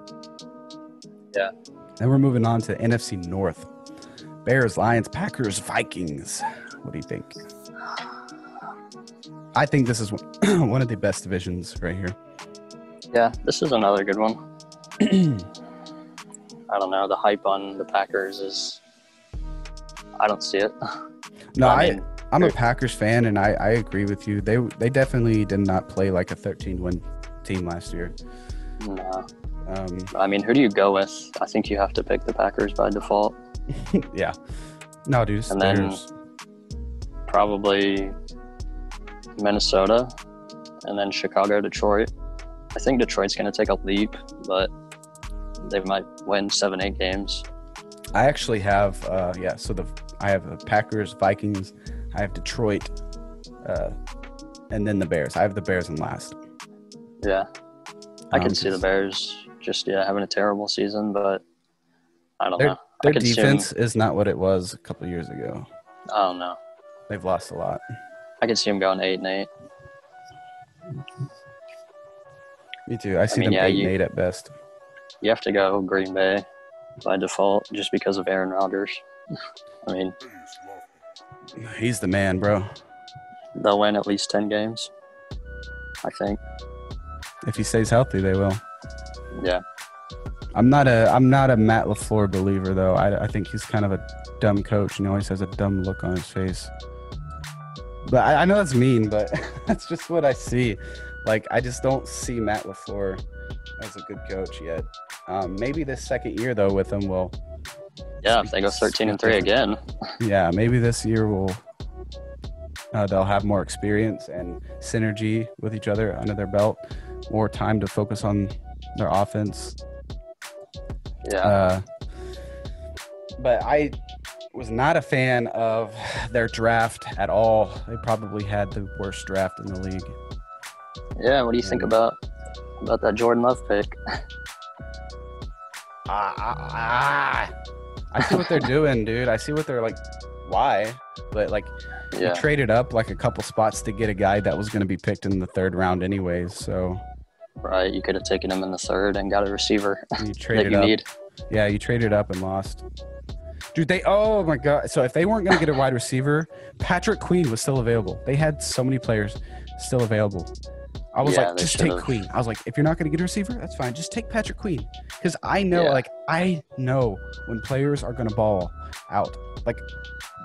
B: Yeah.
A: Then we're moving on to NFC North. Bears, Lions, Packers, Vikings. What do you think? I think this is one one of the best divisions right here.
B: yeah. This is another good one. I don't know. The hype on the Packers is. I don't see it.
A: No,
B: I
A: I,
B: mean,
A: I'm a Packers fan, and I, I agree with you. They they definitely did not play like a 13 win team last year.
B: No.
A: Um,
B: I mean, who do you go with? I think you have to pick the Packers by default.
A: yeah. No, dude. it's
B: And then-
A: Bears.
B: Probably Minnesota and then Chicago, Detroit. I think Detroit's going to take a leap, but they might win seven, eight games.
A: I actually have uh, yeah. So the I have the Packers, Vikings. I have Detroit, uh, and then the Bears. I have the Bears in last.
B: Yeah. I
A: Um,
B: can see the Bears just, yeah, having a terrible season, but I don't know.
A: Their
B: I could see 'em-
A: defense is not what it was a couple years ago.
B: I don't know.
A: They've lost a lot.
B: I could see them going eight and eight.
A: Me too. I see
B: mean,
A: them
B: yeah,
A: eight
B: you-
A: and eight at best.
B: You have to go Green Bay by default just because of Aaron Rodgers. I mean,
A: He's the man, bro.
B: they'll win at least 10 games, I think.
A: If he stays healthy, they will.
B: Yeah.
A: I'm not a I'm not a Matt Lafleur believer though. I, I think he's kind of a dumb coach, and he always has a dumb look on his face. But I, I know that's mean, but that's just what I see. Like I just don't see Matt Lafleur as a good coach yet. Um, maybe this second year though with him will.
B: Yeah, if they go 13 and 3 again,
A: Yeah, maybe this year will. Uh, they'll have more experience and synergy with each other under their belt, more time to focus on their offense,
B: yeah.
A: Uh, but I was not a fan of their draft at all. They probably had the worst draft in the league.
B: Yeah, what do you think about about that Jordan Love pick?
A: Ah, ah, ah. I see what they're doing, dude. I see what they're like. Why? But like,
B: Yeah.
A: they traded up like a couple spots to get a guy that was going to be picked in the third round, anyways. So
B: Right, you could have taken him in the 3rd and got a receiver
A: you
B: that
A: traded
B: you
A: up.
B: need.
A: Yeah, you traded up and lost. Dude, they oh my god. So if they weren't gonna get a wide receiver, Patrick Queen was still available. They had so many players still available. I was
B: Yeah,
A: like,
B: they
A: just take
B: should've.
A: Queen. I was like, if you're not gonna get a receiver, that's fine. Just take Patrick Queen. Because I know,
B: Yeah.
A: like, I know when players are gonna ball out. Like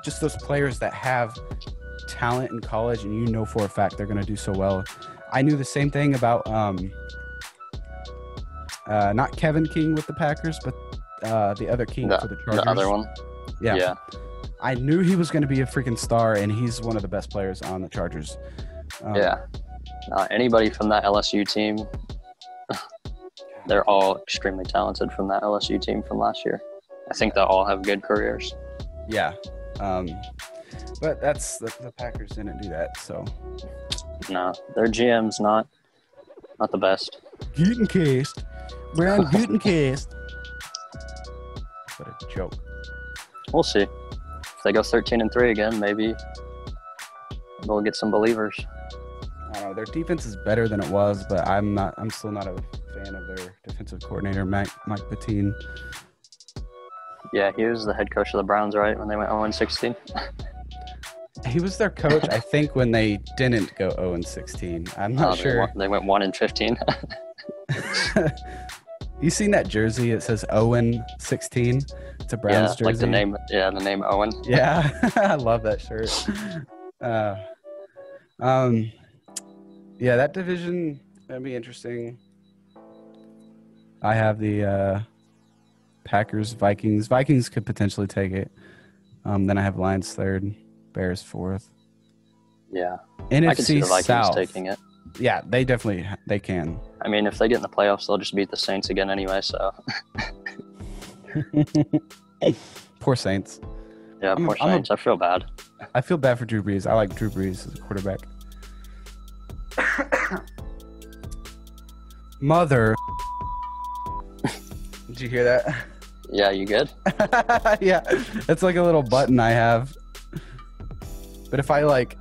A: just those players that have talent in college and you know for a fact they're gonna do so well. I knew the same thing about um uh, not Kevin King with the Packers, but uh, the other King for the Chargers.
B: The other one?
A: Yeah. I knew he was going to be a freaking star, and he's one of the best players on the Chargers. Um,
B: yeah. Uh, anybody from that LSU team, they're all extremely talented from that LSU team from last year. I think they'll all have good careers.
A: yeah. Um, but that's the, the Packers didn't do that. So
B: No, their GM's not not the best.
A: Gutenkist, Brown Gutenkist. What a joke!
B: We'll see. If they go 13 and 3 again, maybe they'll get some believers.
A: I don't know. Their defense is better than it was, but I'm not. I'm still not a fan of their defensive coordinator, Mike Mike Patine.
B: Yeah, he was the head coach of the Browns, right, when they went 0 16?
A: He was their coach, I think, when they didn't go 0 and 16. I'm not
B: Uh, Oh, They
A: sure.
B: went, they went 1 and 15.
A: you seen that jersey? It says Owen 16. It's a
B: yeah,
A: Browns jersey.
B: like the name, yeah, the name Owen.
A: Yeah, I love that shirt. Uh, um, yeah, that division that'd be interesting. I have the uh, Packers, Vikings. Vikings could potentially take it. Um, then I have Lions third, Bears fourth.
B: Yeah,
A: NFC
B: I can see the Vikings
A: South.
B: taking it.
A: Yeah, they definitely they can.
B: I mean, if they get in the playoffs, they'll just beat the Saints again anyway. So,
A: Poor Saints.
B: yeah,
A: I'm a-
B: poor
A: I'm a-
B: Saints. I feel bad.
A: I feel bad for Drew Brees. I like Drew Brees as a quarterback. Mother. Did you hear that?
B: Yeah, you good?
A: yeah, it's like a little button I have. But if I like,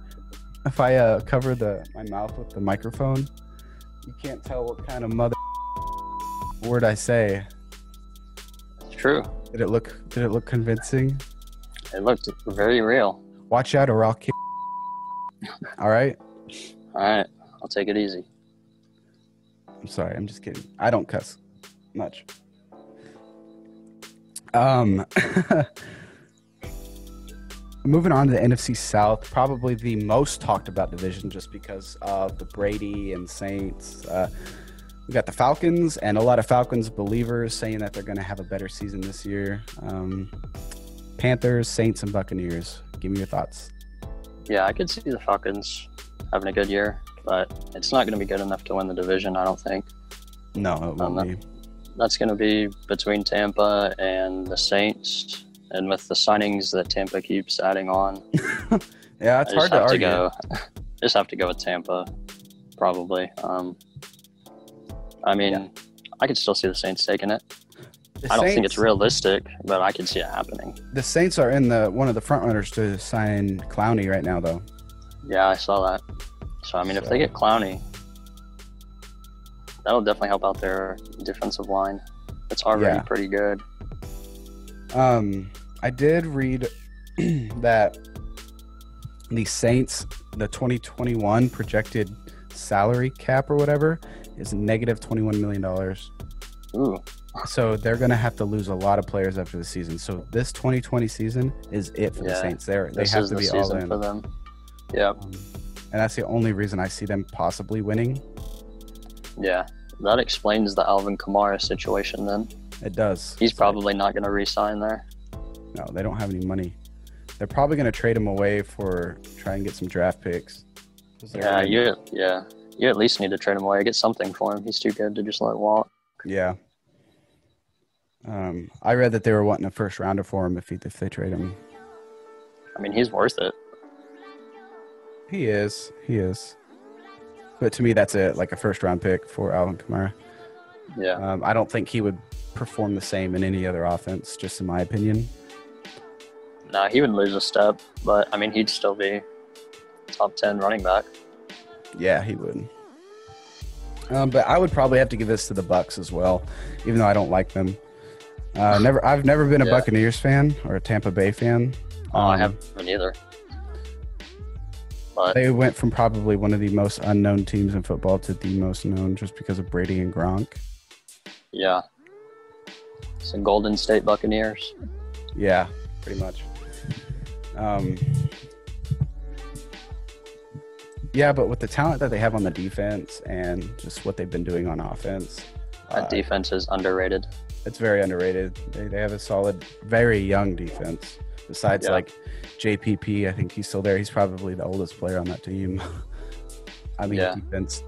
A: if I uh, cover the my mouth with the microphone, you can't tell what kind of mother word I say.
B: It's true.
A: Did it look? Did it look convincing?
B: It looked very real.
A: Watch out, or I'll kick. All right.
B: All right, I'll take it easy.
A: I'm sorry. I'm just kidding. I don't cuss much. Um, moving on to the NFC South, probably the most talked about division just because of the Brady and Saints. Uh, we got the Falcons and a lot of Falcons believers saying that they're going to have a better season this year. Um, Panthers, Saints, and Buccaneers. Give me your thoughts.
B: Yeah, I could see the Falcons having a good year, but it's not going to be good enough to win the division, I don't think.
A: No, it
B: Um,
A: won't be.
B: That's going to be between Tampa and the Saints. And with the signings that Tampa keeps adding on,
A: Yeah, it's hard
B: I just
A: to
B: have to,
A: argue.
B: go. just have to go with Tampa, probably. Um, I mean,
A: Yeah.
B: I could still see the Saints taking it.
A: The
B: I don't think
A: Saints-
B: it's realistic, but I could see it happening.
A: The Saints are in the one of the front runners to sign Clowney right now, though.
B: Yeah, I saw that. So I mean, if
A: So-
B: they get Clowney, that'll definitely help out their defensive line. It's already
A: Yeah.
B: pretty good.
A: Um, I did read that the Saints, the 2021 projected salary cap or whatever, is negative 21 million dollars.
B: Ooh,
A: So they're going to have to lose a lot of players after the season. So this 2020 season is it for the
B: Yeah,
A: Saints. They're, they
B: this
A: have
B: is
A: to
B: the
A: be all
B: season
A: in.
B: for them. Yeah,
A: Um, and that's the only reason I see them possibly winning.
B: yeah. That explains the Alvin Kamara situation. Then
A: It does.
B: he's
A: It's like,
B: probably not going to re-sign there.
A: no, they don't have any money. They're probably going to trade him away for try and get some draft picks. 'Cause they're
B: Yeah,
A: in-
B: you yeah. You at least need to trade him away. Get something for him. He's too good to just let walk.
A: Yeah. Um, I read that they were wanting a first rounder for him if, he, if they trade him.
B: I mean, he's worth it.
A: He is. He is. But to me, that's it. Like a first round pick for Alvin Kamara.
B: Yeah,
A: Um, I don't think he would perform the same in any other offense, just in my opinion.
B: nah, he would lose a step, but I mean, he'd still be top ten running back.
A: Yeah, he would. Um, but I would probably have to give this to the Bucks as well, even though I don't like them. Uh, never, I've never been a
B: Yeah.
A: Buccaneers fan or a Tampa Bay fan.
B: Oh, I
A: Um,
B: haven't either. But
A: They went from probably one of the most unknown teams in football to the most known just because of Brady and Gronk.
B: yeah, it's the Golden State Buccaneers.
A: Yeah, pretty much. Um, yeah, but with the talent that they have on the defense and just what they've been doing on offense, uh,
B: That defense is underrated.
A: it's very underrated. They, they have a solid, very young defense. Besides,
B: Yeah.
A: like JPP, I think he's still there. He's probably the oldest player on that team. I mean,
B: Yeah.
A: defense.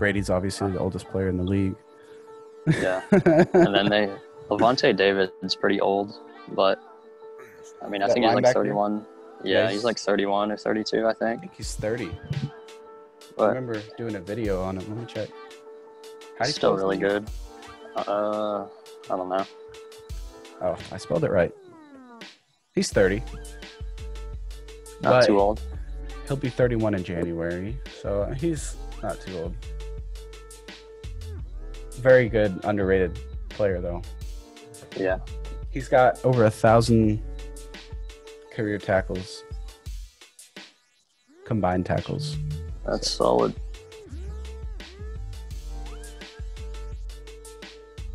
A: Brady's obviously the oldest player in the
B: Yeah,
A: league.
B: and then they Levante David is pretty old, but I mean, I
A: That
B: think he's
A: linebacker?
B: like thirty-one.
A: Yeah,
B: Yeah,
A: he's-
B: he's like thirty-one or thirty-two, I
A: I
B: think.
A: think he's 30. I
B: But
A: remember doing a video on him. Let me check. How do you
B: He's still
A: spell his
B: really
A: name?
B: good. Uh, I don't know.
A: Oh, I spelled it right. He's 30.
B: Not
A: But
B: too old.
A: He'll be 31 in January, so uh, he's not too old. Very good, underrated player though.
B: Yeah.
A: He's got over a thousand career tackles, combined tackles.
B: That's solid.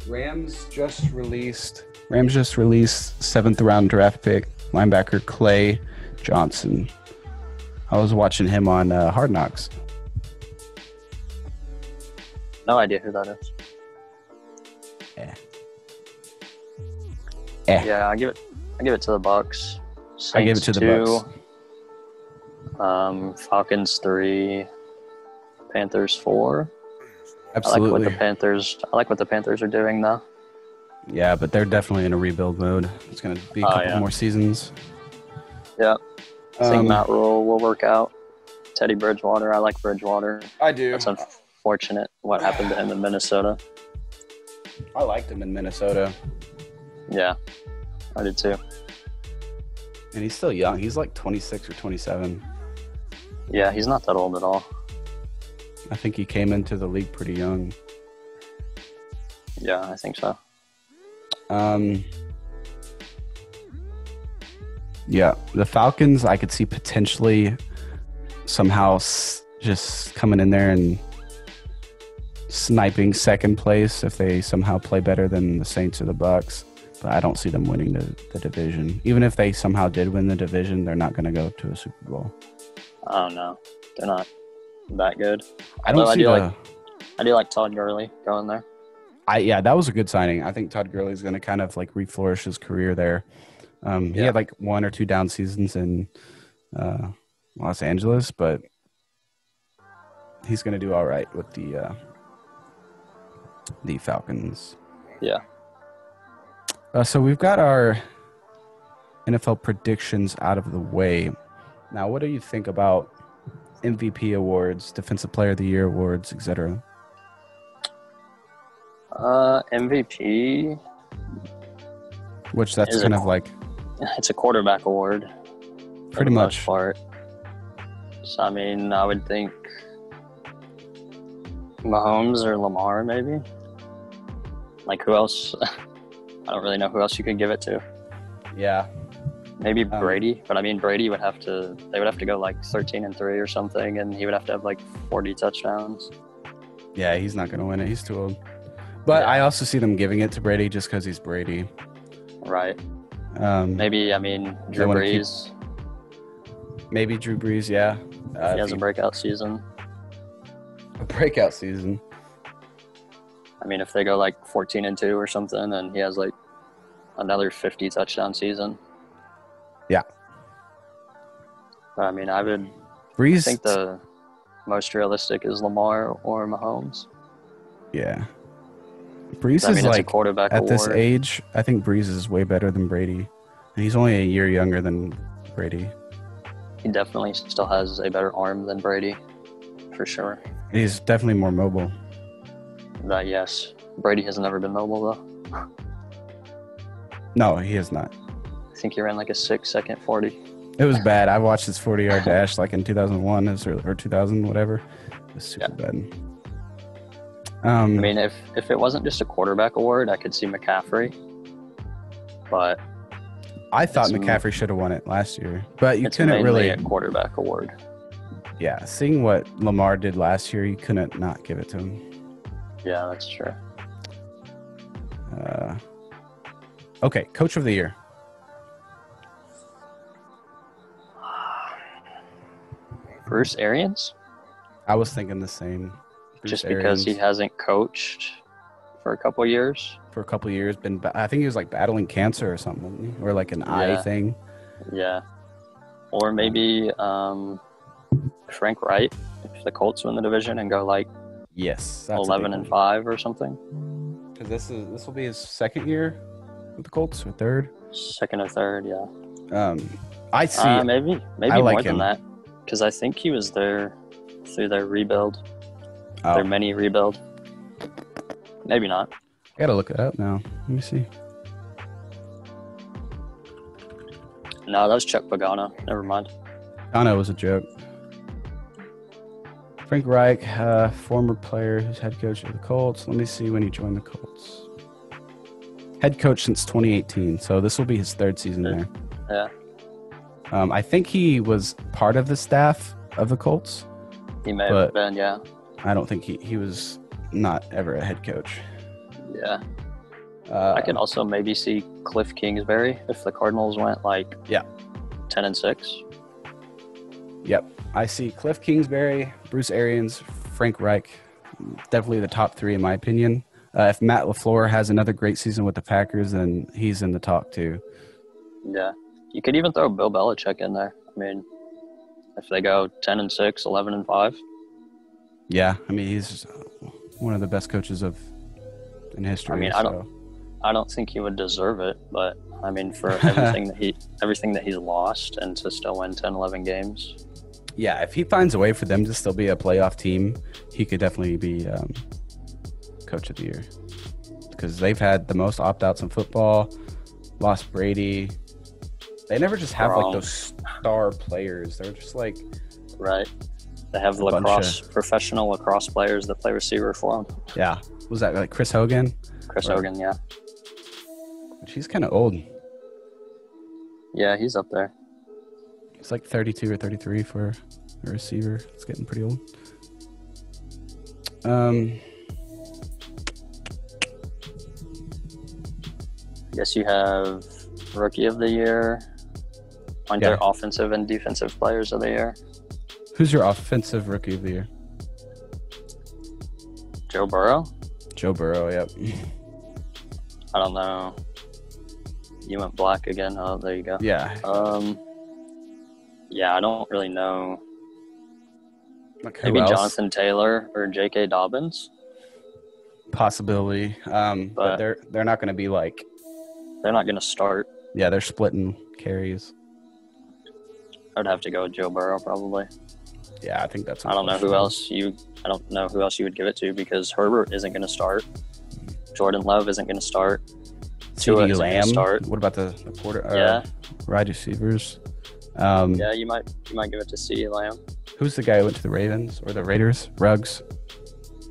A: Rams just released. Rams just released seventh round draft pick linebacker Clay Johnson. I was watching him on uh, Hard Knocks.
B: No idea who that is.
A: Eh.
B: Yeah, I give it. I give it to the Bucks.
A: I give it to
B: Saints
A: the
B: two, Um, Falcons three, Panthers four. I like
A: Absolutely.
B: what the Panthers. I like what the Panthers are doing though.
A: yeah, but they're definitely in a rebuild mode. It's going to be a
B: Oh,
A: couple
B: yeah.
A: more seasons.
B: Yeah. I think
A: Um,
B: Matt Rule will work out. Teddy Bridgewater. I like Bridgewater.
A: I do.
B: That's unfortunate what happened to him in Minnesota.
A: I liked him in Minnesota,
B: Yeah, I did too.
A: and he's still young. He's like 26 or 27.
B: Yeah, he's not that old at all.
A: I think he came into the league pretty young.
B: Yeah, I think so.
A: Um, yeah, the Falcons, I could see potentially somehow s- just coming in there and sniping second place if they somehow play better than the Saints or the Bucks. But I don't see them winning the, the division. Even if they somehow did win the division, they're not going to go to a Super Bowl.
B: I don't know. They're not that good.
A: I don't
B: Although I
A: see
B: do
A: the,
B: like- I do like Todd Gurley going there.
A: I yeah, that was a good signing. I think Todd Gurley's going to kind of like reflourish his career there. Um, He
B: Yeah.
A: had like one or two down seasons in uh, Los Angeles, but he's going to do all right with the uh, the Falcons.
B: Yeah.
A: Uh, so we've got our NFL predictions out of the way. Now, what do you think about MVP awards, Defensive Player of the Year awards, etc.?
B: Uh, MVP.
A: Which that's
B: Is it-
A: kind of like
B: It's a quarterback award. for
A: Pretty
B: the most
A: much.
B: part. So I mean, I would think Mahomes or Lamar, maybe. Like who else? I don't really know who else you could give it to.
A: yeah,
B: Maybe
A: Um,
B: Brady, but I mean Brady would have to. They would have to go like thirteen and three or something, and he would have to have like forty touchdowns.
A: Yeah, he's not going to win it. He's too old. But
B: Yeah.
A: I also see them giving it to Brady just because he's Brady.
B: Right?
A: Um, maybe.
B: Maybe I mean
A: They
B: Drew
A: wanna keep-
B: Brees.
A: Drew Brees, yeah. Uh,
B: he has a breakout season.
A: a breakout season.
B: I mean, if they go like fourteen and two or something, and he has like another fifty touchdown season.
A: Yeah.
B: But, I mean, I would
A: Brees,
B: think the most realistic is Lamar or Mahomes.
A: yeah. Brees
B: I mean,
A: is
B: it's a
A: like
B: quarterback
A: at
B: award.
A: this age. I think Brees is way better than Brady, and he's only a year younger than Brady.
B: He definitely still has a better arm than Brady, for sure.
A: He's definitely more mobile.
B: That yes, Brady has never been mobile though.
A: No, he is not.
B: I think he ran like a six second forty.
A: It was bad. I watched his 40 yard dash like in 2001 is- or, or 2000, whatever. It was super bad. Um,
B: I mean, if if it wasn't just a quarterback award, I could see McCaffrey. But
A: I thought
B: It's-
A: McCaffrey should have won it last year, but you
B: it's
A: couldn't
B: mainly
A: really.
B: a quarterback award.
A: Yeah, seeing what Lamar did last year, you couldn't not give it to him.
B: Yeah, that's true.
A: Uh, okay, Coach of the Year.
B: Bruce Arians,
A: I was thinking the same. Bruce
B: just because he
A: Arians,
B: hasn't coached for a couple years.
A: for a couple of years been, ba- I think he was like battling cancer or something, or like an eye
B: Yeah.
A: thing.
B: Yeah. Or maybe um, Frank Wright, if the Colts win the division and go like
A: Yes,
B: 11 and 5 or something,
A: Because this is this will be his second year with the Colts or third.
B: second or third, yeah.
A: Um, I see.
B: Uh, maybe maybe
A: I like
B: more
A: him.
B: than that. Because I think he was there through their rebuild,
A: oh,
B: their mini rebuild. Maybe not.
A: I gotta look it up now. Let me see.
B: No, that was Chuck Pagano. Never mind.
A: Dono was a joke. Frank Reich, uh, former player who's head coach of the Colts. Let me see when he joined the Colts. Head coach since 2018, so this will be his third season there.
B: Yeah.
A: Um, I think he was part of the staff of the Colts.
B: He may
A: But-
B: have been, yeah.
A: I don't think he, he was not ever a head coach.
B: Yeah.
A: Uh,
B: I can also maybe see Cliff Kingsbury if the Cardinals went like
A: Yeah.
B: 10 and 6.
A: Yep. I see Cliff Kingsbury, Bruce Arians, Frank Reich. Definitely the top three, in my opinion. Uh, if Matt LaFleur has another great season with the Packers, then he's in the talk too.
B: Yeah. You could even throw Bill Belichick in there. I mean, if they go 10 and 6, 11 and 5,
A: Yeah. I mean, he's one of the best coaches of in history.
B: I mean, I don't-
A: so-
B: I don't think he would deserve it, but I mean for everything that he everything that he's lost and to still win 10 11 games.
A: Yeah. If he finds a way for them to still be a playoff team, he could definitely be um, coach of the year because they've had the most opt outs in football, lost Brady. They never just have like
B: Wrong.
A: those star players. They're just like,
B: Right. They have
A: bunch of-
B: lacrosse professional lacrosse players that play receiver for him.
A: Yeah. Was that like Chris Hogan?
B: Chris
A: Right.
B: Hogan, yeah.
A: She's kind of old.
B: Yeah, he's up there.
A: It's like 32 or 33 for a receiver. It's getting pretty old. Um,
B: I guess you have rookie of the year. Aren't
A: Yeah.
B: there offensive and defensive players of the year?
A: who's your offensive rookie of the year?
B: Joe Burrow?
A: Joe Burrow, yep.
B: I don't know. You went black again. Oh, there you go.
A: Yeah.
B: Um, yeah, I don't really know.
A: Like who
B: Maybe
A: else?
B: Jonathan Taylor or J.K. Dobbins.
A: Possibility. Um, but,
B: But-
A: they're they're not going to be like
B: They're not going to start.
A: yeah they're splitting carries.
B: I'd have to go with Joe Burrow probably.
A: Yeah, I think that's.
B: I don't know who
A: unfortunate.
B: else you. I don't know who else you would give it to because Herbert isn't going to start. Jordan Love isn't going to start. Tua
A: CD
B: isn't gonna
A: Lamb.
B: start.
A: What about the the quarter? Uh,
B: yeah,
A: Wide receivers. Um,
B: yeah. You might you might give it to CeeDee Lamb.
A: Who's the guy who went to the Ravens or the Raiders? Ruggs.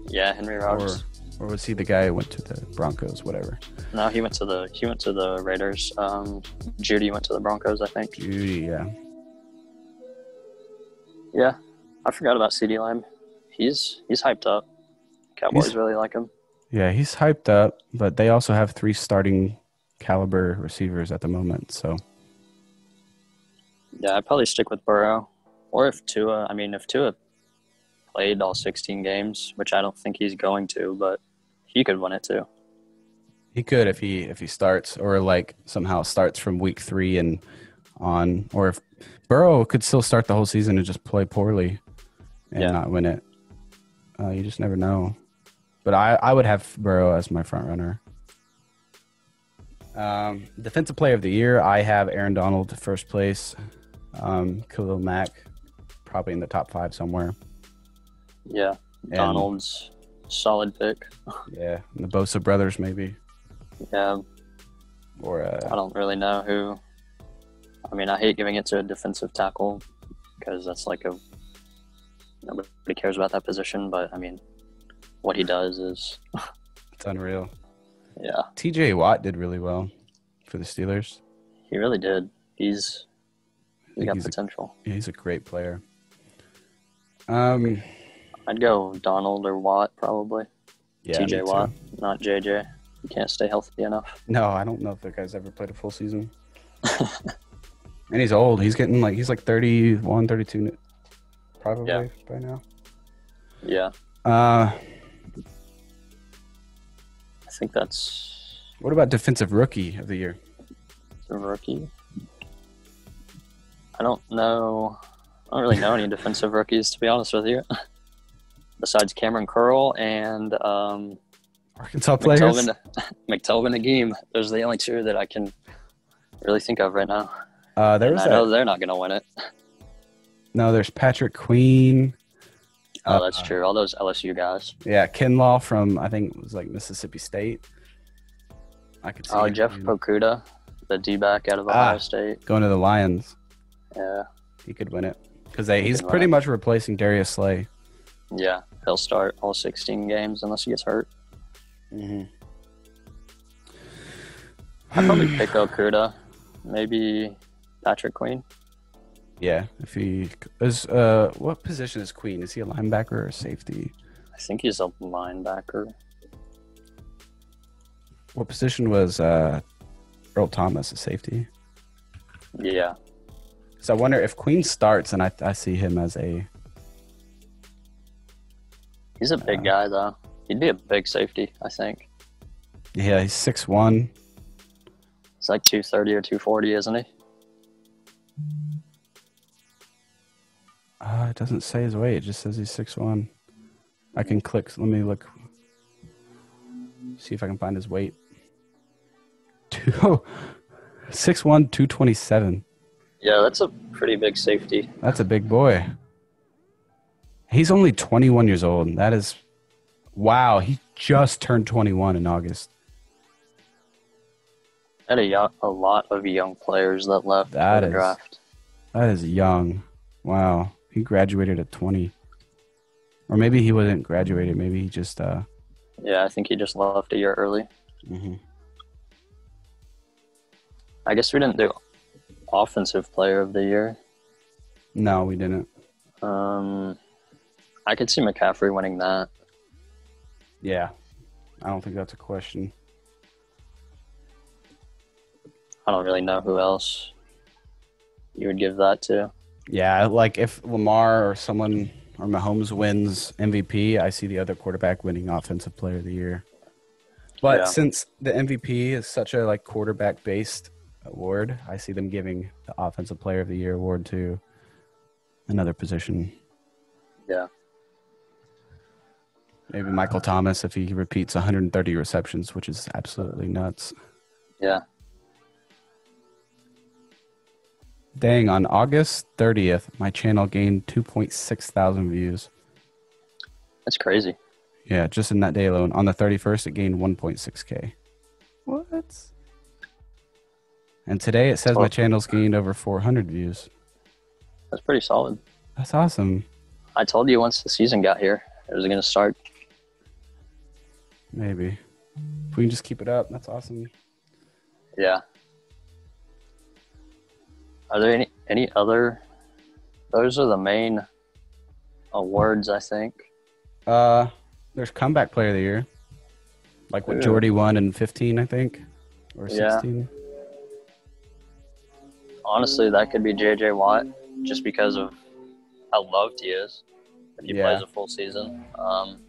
B: Yeah, Henry Rogers.
A: Or was he the guy who went to the Broncos? Whatever.
B: No, he went to the he went to the Raiders. Um, Judy went to the Broncos, I think.
A: Judy, yeah.
B: Yeah, I forgot about CD Lamb. He's he's hyped up. Cowboys
A: He's-
B: really like him.
A: Yeah, he's hyped up, but they also have three starting caliber receivers at the moment. So
B: Yeah, I'd probably stick with Burrow, or if Tua. I mean, if Tua played all 16 games, which I don't think he's going to, but he could win it too.
A: he could if he if he starts or like somehow starts from week three and on or if Burrow could still start the whole season and just play poorly and
B: Yeah.
A: not win it. Uh, you just never know. But I, I would have Burrow as my front runner. Um, defensive player of the year, I have Aaron Donald first place. Um, Khalil Mack probably in the top five somewhere.
B: Yeah,
A: And-
B: Donald's solid pick.
A: Yeah, and the Bosa brothers maybe,
B: Yeah,
A: or
B: I
A: uh,
B: don't really know who. I mean, I hate giving it to a defensive tackle because that's like a nobody cares about that position. But I mean, what he does is
A: it's unreal.
B: yeah,
A: T.J. Watt did really well for the Steelers.
B: he really did. He's
A: I
B: he
A: think
B: got
A: he's, a,
B: potential.
A: yeah, he's a great player. Um,
B: I'd go Donald or Watt probably.
A: yeah, me
B: T.J.
A: too.
B: Watt, not J.J. He can't stay healthy enough.
A: No, I don't know if that guy's ever played a full season. and he's old. He's getting like he's like 31, 32 n- probably
B: Yeah.
A: by now.
B: Yeah,
A: Uh,
B: I think that's
A: what about defensive rookie of the year?
B: the rookie. I don't know. I don't really know any defensive rookies to be honest with you. Besides Cameron Curl and um,
A: Arkansas players.
B: McTelvin, McTelvin Aguim, those are the only two that I can really think of right now.
A: Uh, there
B: And
A: was
B: I
A: that-
B: know they're not going to win it.
A: no. There's Patrick Queen.
B: Oh,
A: Uh,
B: that's true. All those LSU guys.
A: Yeah, Kinlaw from I think it was like Mississippi State. I could see.
B: Oh, Jeff
A: him
B: Pokuda, the D back out of Ohio
A: Ah.
B: State.
A: going to the Lions.
B: Yeah,
A: He could win it because he's
B: could win
A: pretty
B: it.
A: much replacing Darius Slay.
B: yeah. He'll start all 16 games unless he gets hurt.
A: Mm-hmm.
B: I'd probably pick Okuda, maybe Patrick Queen.
A: Yeah, if he is, uh, what position is Queen? Is he a linebacker or a safety?
B: I think he's a linebacker.
A: What position was uh, Earl Thomas a safety?
B: Yeah,
A: So I wonder if Queen starts, and I, I see him as a
B: he's a big
A: Uh,
B: guy though. He'd be a big safety, I think.
A: yeah, he's six one.
B: He's like 230 or 240, isn't he?
A: Uh, it doesn't say his weight; it just says he's six one. I can click. Let me look. See if I can find his weight. Two, six one, two twenty seven.
B: Yeah, that's a pretty big safety.
A: That's a big boy. He's only 21 years old. and That is, wow. He just turned 21 in August.
B: Had a, yo- a lot of young players that left
A: That
B: for the
A: is-
B: draft.
A: That is young. Wow. He graduated at 20. Or maybe he wasn't graduated. Maybe he just, uh,
B: Yeah, I think he just left a year early. I guess we didn't do offensive player of the year.
A: no, we didn't.
B: Um, I could see McCaffrey winning that.
A: Yeah. I don't think that's a question.
B: I don't really know who else you would give that to.
A: Yeah. Like if Lamar or someone, or Mahomes wins MVP, I see the other quarterback winning Offensive Player of the Year. But
B: Yeah.
A: since the MVP is such a like quarterback based award, I see them giving the Offensive Player of the Year award to another position.
B: Yeah.
A: Maybe Michael Thomas if he repeats 130 receptions, which is absolutely nuts.
B: Yeah.
A: Dang, on August 30th, my channel gained 2.6 thousand views.
B: That's crazy.
A: Yeah, just in that day alone. On the 31st, it gained 1.6K. What? And today it says my
B: Awesome.
A: channel's gained over 400 views.
B: That's pretty solid.
A: That's awesome.
B: I told you once the season got here, it was going to start.
A: Maybe. If we can just keep it up, that's awesome.
B: Yeah. Are there any any other? Those are the main awards, I think.
A: Uh, there's comeback player of the year, like what
B: Yeah.
A: Jordy won in 15, I think, or
B: Yeah.
A: 16.
B: Honestly, that could be JJ Watt, just because of how loved he is. If he
A: Yeah.
B: plays a full season, um,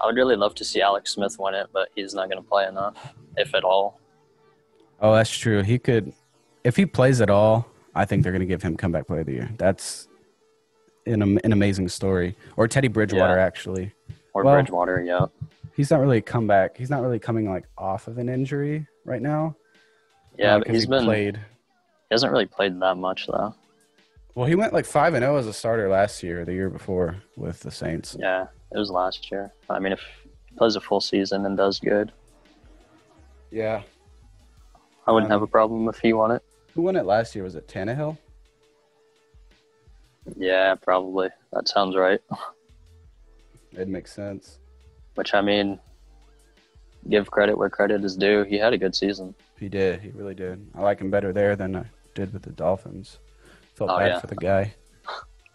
B: I would really love to see Alex Smith win it, but he's not going to play enough, if at all.
A: Oh, that's true. He could, if he plays at all, I think they're going to give him comeback player of the year. That's an, am- an amazing story. Or Teddy Bridgewater, actually.
B: Or
A: Well-
B: Bridgewater, yeah.
A: He's not really come back. He's not really coming like off of an injury right now.
B: Yeah,
A: uh,
B: but
A: 'cause
B: he's
A: he
B: been
A: played.
B: he hasn't really played that much though.
A: Well, he went like five and zero as a starter last year, the year before with the Saints.
B: Yeah, it was last year. I mean, if he plays a full season and does good,
A: Yeah.
B: I wouldn't
A: Um,
B: have a problem if he won it.
A: Who won it last year? Was it Tannehill?
B: Yeah, probably. That sounds right.
A: It makes sense.
B: Which I mean, give credit where credit is due. He had a good season.
A: He did. He really did. I like him better there than I did with the Dolphins. Felt
B: Oh,
A: bad
B: yeah.
A: for the guy.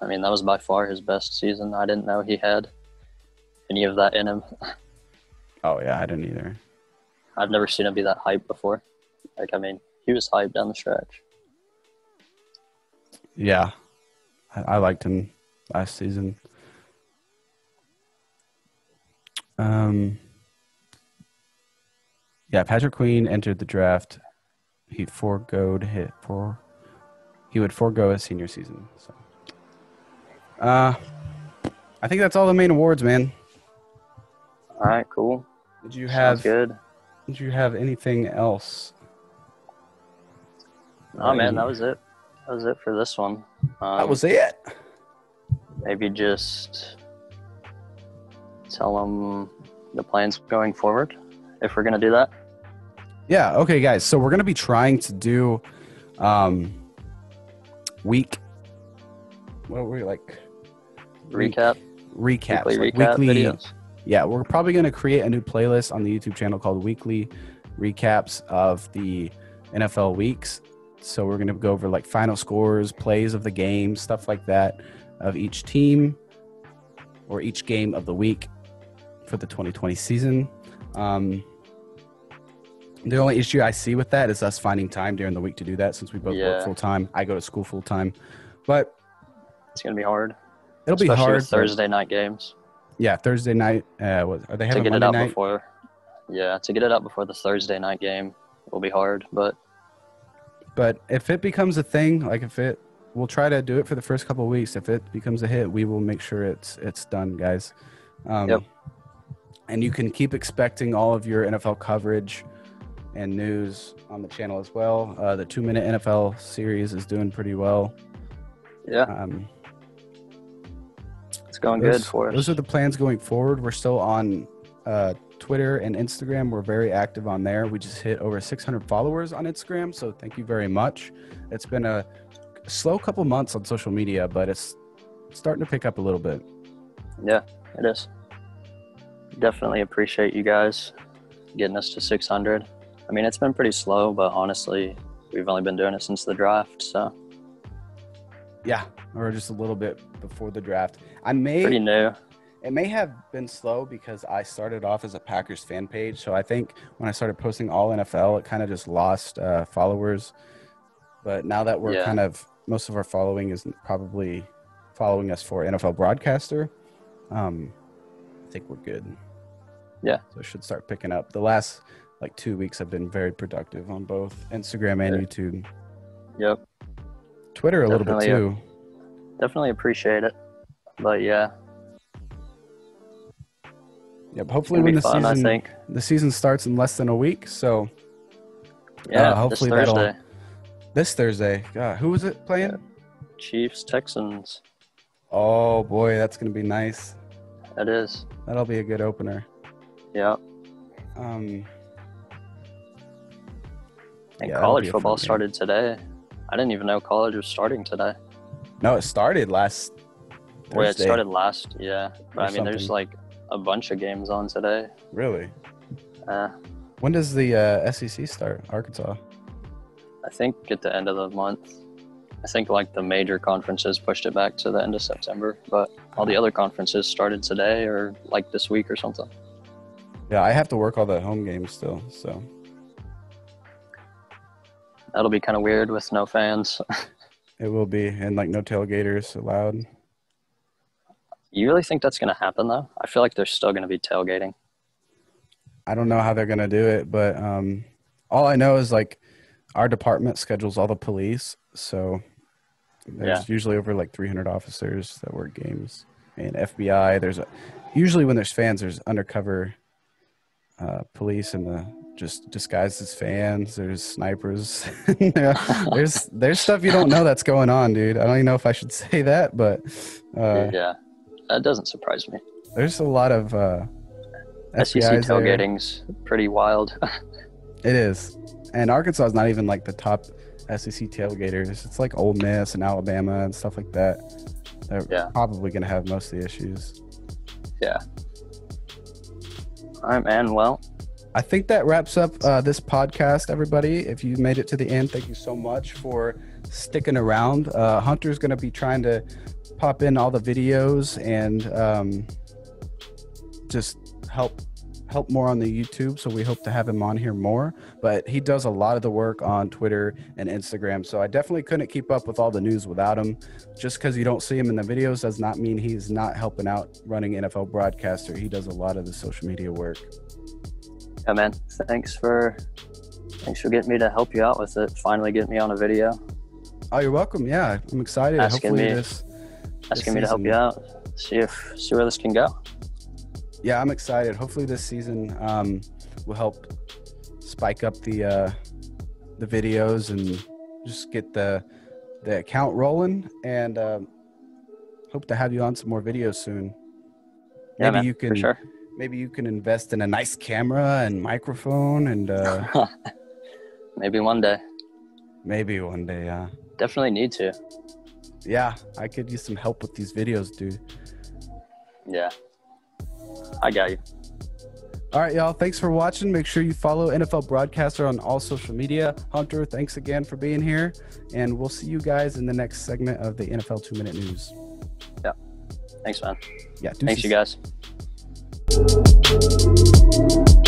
B: I mean, that was by far his best season. I didn't know he had any of that in him.
A: Oh yeah, I didn't either.
B: I've never seen him be that hyped before. Like, I mean, he was hyped down the stretch.
A: Yeah, I, I liked him last season. Um, yeah, Patrick Queen entered the draft. He foregoed hit for. He would forego his senior season. So, uh, I think that's all the main awards, man.
B: All right, cool.
A: Did you have?
B: Sounds good.
A: Did you have anything else?
B: Oh man, that was it. That was it for this one. Um,
A: that was it.
B: maybe just tell them the plans going forward if we're gonna do that.
A: Yeah. Okay, guys. So we're gonna be trying to do um, week. What were we like? Week
B: Recap,
A: recaps.
B: weekly
A: like
B: recap
A: weekly.
B: videos.
A: Yeah, we're probably gonna create a new playlist on the YouTube channel called Weekly Recaps of the NFL weeks. So we're gonna go over like final scores, plays of the game, stuff like that, of each team or each game of the week for the 2020 season. Um, the only issue I see with that is us finding time during the week to do that since we both work
B: Yeah.
A: full time. I go to school full time, but
B: It's gonna be hard.
A: it'll be
B: especially
A: hard.
B: with Thursday night games
A: Yeah, Thursday night. Uh, what, are they
B: to
A: having
B: get it
A: Monday
B: out
A: night?
B: before. Yeah, to get it out before the Thursday night game will be hard, but
A: But if it becomes a thing, like if it, we'll try to do it for the first couple of weeks. If it becomes a hit, we will make sure it's it's done, guys. Um,
B: Yep.
A: And you can keep expecting all of your NFL coverage and news on the channel as well. Uh, the two minute NFL series is doing pretty well.
B: yeah,
A: Um,
B: it's going
A: those,
B: good for us.
A: Those are the plans going forward. We're still on uh, Twitter and Instagram. We're very active on there. We just hit over 600 followers on Instagram, so thank you very much. It's been a slow couple months on social media, but it's starting to pick up a little bit.
B: Yeah, it is. Definitely appreciate you guys getting us to 600. I mean, it's been pretty slow, but honestly, we've only been doing it since the draft, so
A: Yeah, or just a little bit before the draft. I may
B: pretty new.
A: It may have been slow because I started off as a Packers fan page. So I think when I started posting all NFL, it kind of just lost uh, followers. But now that we're
B: Yeah.
A: kind of, most of our following is probably following us for NFL broadcaster, um, I think we're good.
B: Yeah.
A: So it should start picking up. The last like two weeks have been very productive on both Instagram and
B: Yeah.
A: YouTube.
B: Yep.
A: Twitter a little bit
B: Definitely,
A: too.
B: Definitely appreciate it. But yeah,
A: Yep. Hopefully
B: it'll
A: when the
B: be fun, I
A: season uh,
B: think.
A: the season starts in less than a week, so
B: Yeah,
A: hopefully
B: this
A: that'll-
B: Thursday.
A: this Thursday. God, who was it playing?
B: Chiefs, Texans.
A: Oh boy, that's gonna be nice.
B: It is.
A: That'll be a good opener.
B: Yeah.
A: Um,
B: And
A: Yeah, that'll be
B: college
A: a
B: football
A: fun game.
B: started today. I didn't even know college was starting today.
A: no, it started last.
B: Wait, it
A: Thursday.
B: started last, yeah. But
A: Or
B: I mean, there's
A: something.
B: like a bunch of games on today.
A: Really?
B: Uh,
A: When does the uh, SEC start? Arkansas.
B: I think at the end of the month, I think like the major conferences pushed it back to the end of September, but all the other conferences started today or like this week or something.
A: Yeah, I have to work all the home games still. So
B: That'll be kind of weird with no fans.
A: it will be, and like no tailgaters allowed.
B: you really think that's going to happen though? I feel like there's still going to be tailgating.
A: I don't know how they're gonna do it, but um, all I know is like our department schedules all the police, so there's usually over like 300 officers that work games and FBI. There's a, usually when there's fans, there's undercover uh, police and the just disguised as fans. There's snipers. there's there's stuff you don't know that's going on, dude. I don't even know if I should say that, but uh,
B: yeah. That doesn't surprise me.
A: there's a lot of uh,
B: SEC
A: FBI's there.
B: tailgating's pretty wild.
A: It is. And Arkansas is not even like the top SEC tailgaters. It's like Ole Miss and Alabama and stuff like that. They're
B: Yeah.
A: probably going to have most of the issues.
B: All right, man. Well,
A: I think that wraps up uh, this podcast, everybody. If you made it to the end, thank you so much for sticking around. Uh, Hunter's going to be trying to pop in all the videos and um, just help help more on the YouTube. So we hope to have him on here more. But he does a lot of the work on Twitter and Instagram. So I definitely couldn't keep up with all the news without him. Just because you don't see him in the videos does not mean he's not helping out running NFL broadcaster. He does a lot of the social media work.
B: yeah, man. Thanks for thanks for getting me to help you out with it. Finally, get me on a video,
A: Oh, you're welcome. Yeah, I'm excited.
B: Asking
A: Hopefully
B: me.
A: this.
B: asking me to help
A: season.
B: you out. See if see where this can go.
A: Yeah, I'm excited. Hopefully this season um, will help spike up the uh, the videos and just get the the account rolling. And um, hope to have you on some more videos soon. Maybe
B: Yeah, man.
A: you can
B: For sure.
A: maybe you can invest in a nice camera and microphone, and uh,
B: Maybe one day.
A: maybe one day. Uh,
B: Definitely need to.
A: yeah, I could use some help with these videos, dude.
B: Yeah. I got you.
A: All right, y'all. Thanks for watching. Make sure you follow NFL Broadcaster on all social media. Hunter, thanks again for being here. And we'll see you guys in the next segment of the NFL Two Minute News.
B: Thanks, man.
A: Yeah,
B: Thanks, you
A: deuces.
B: guys.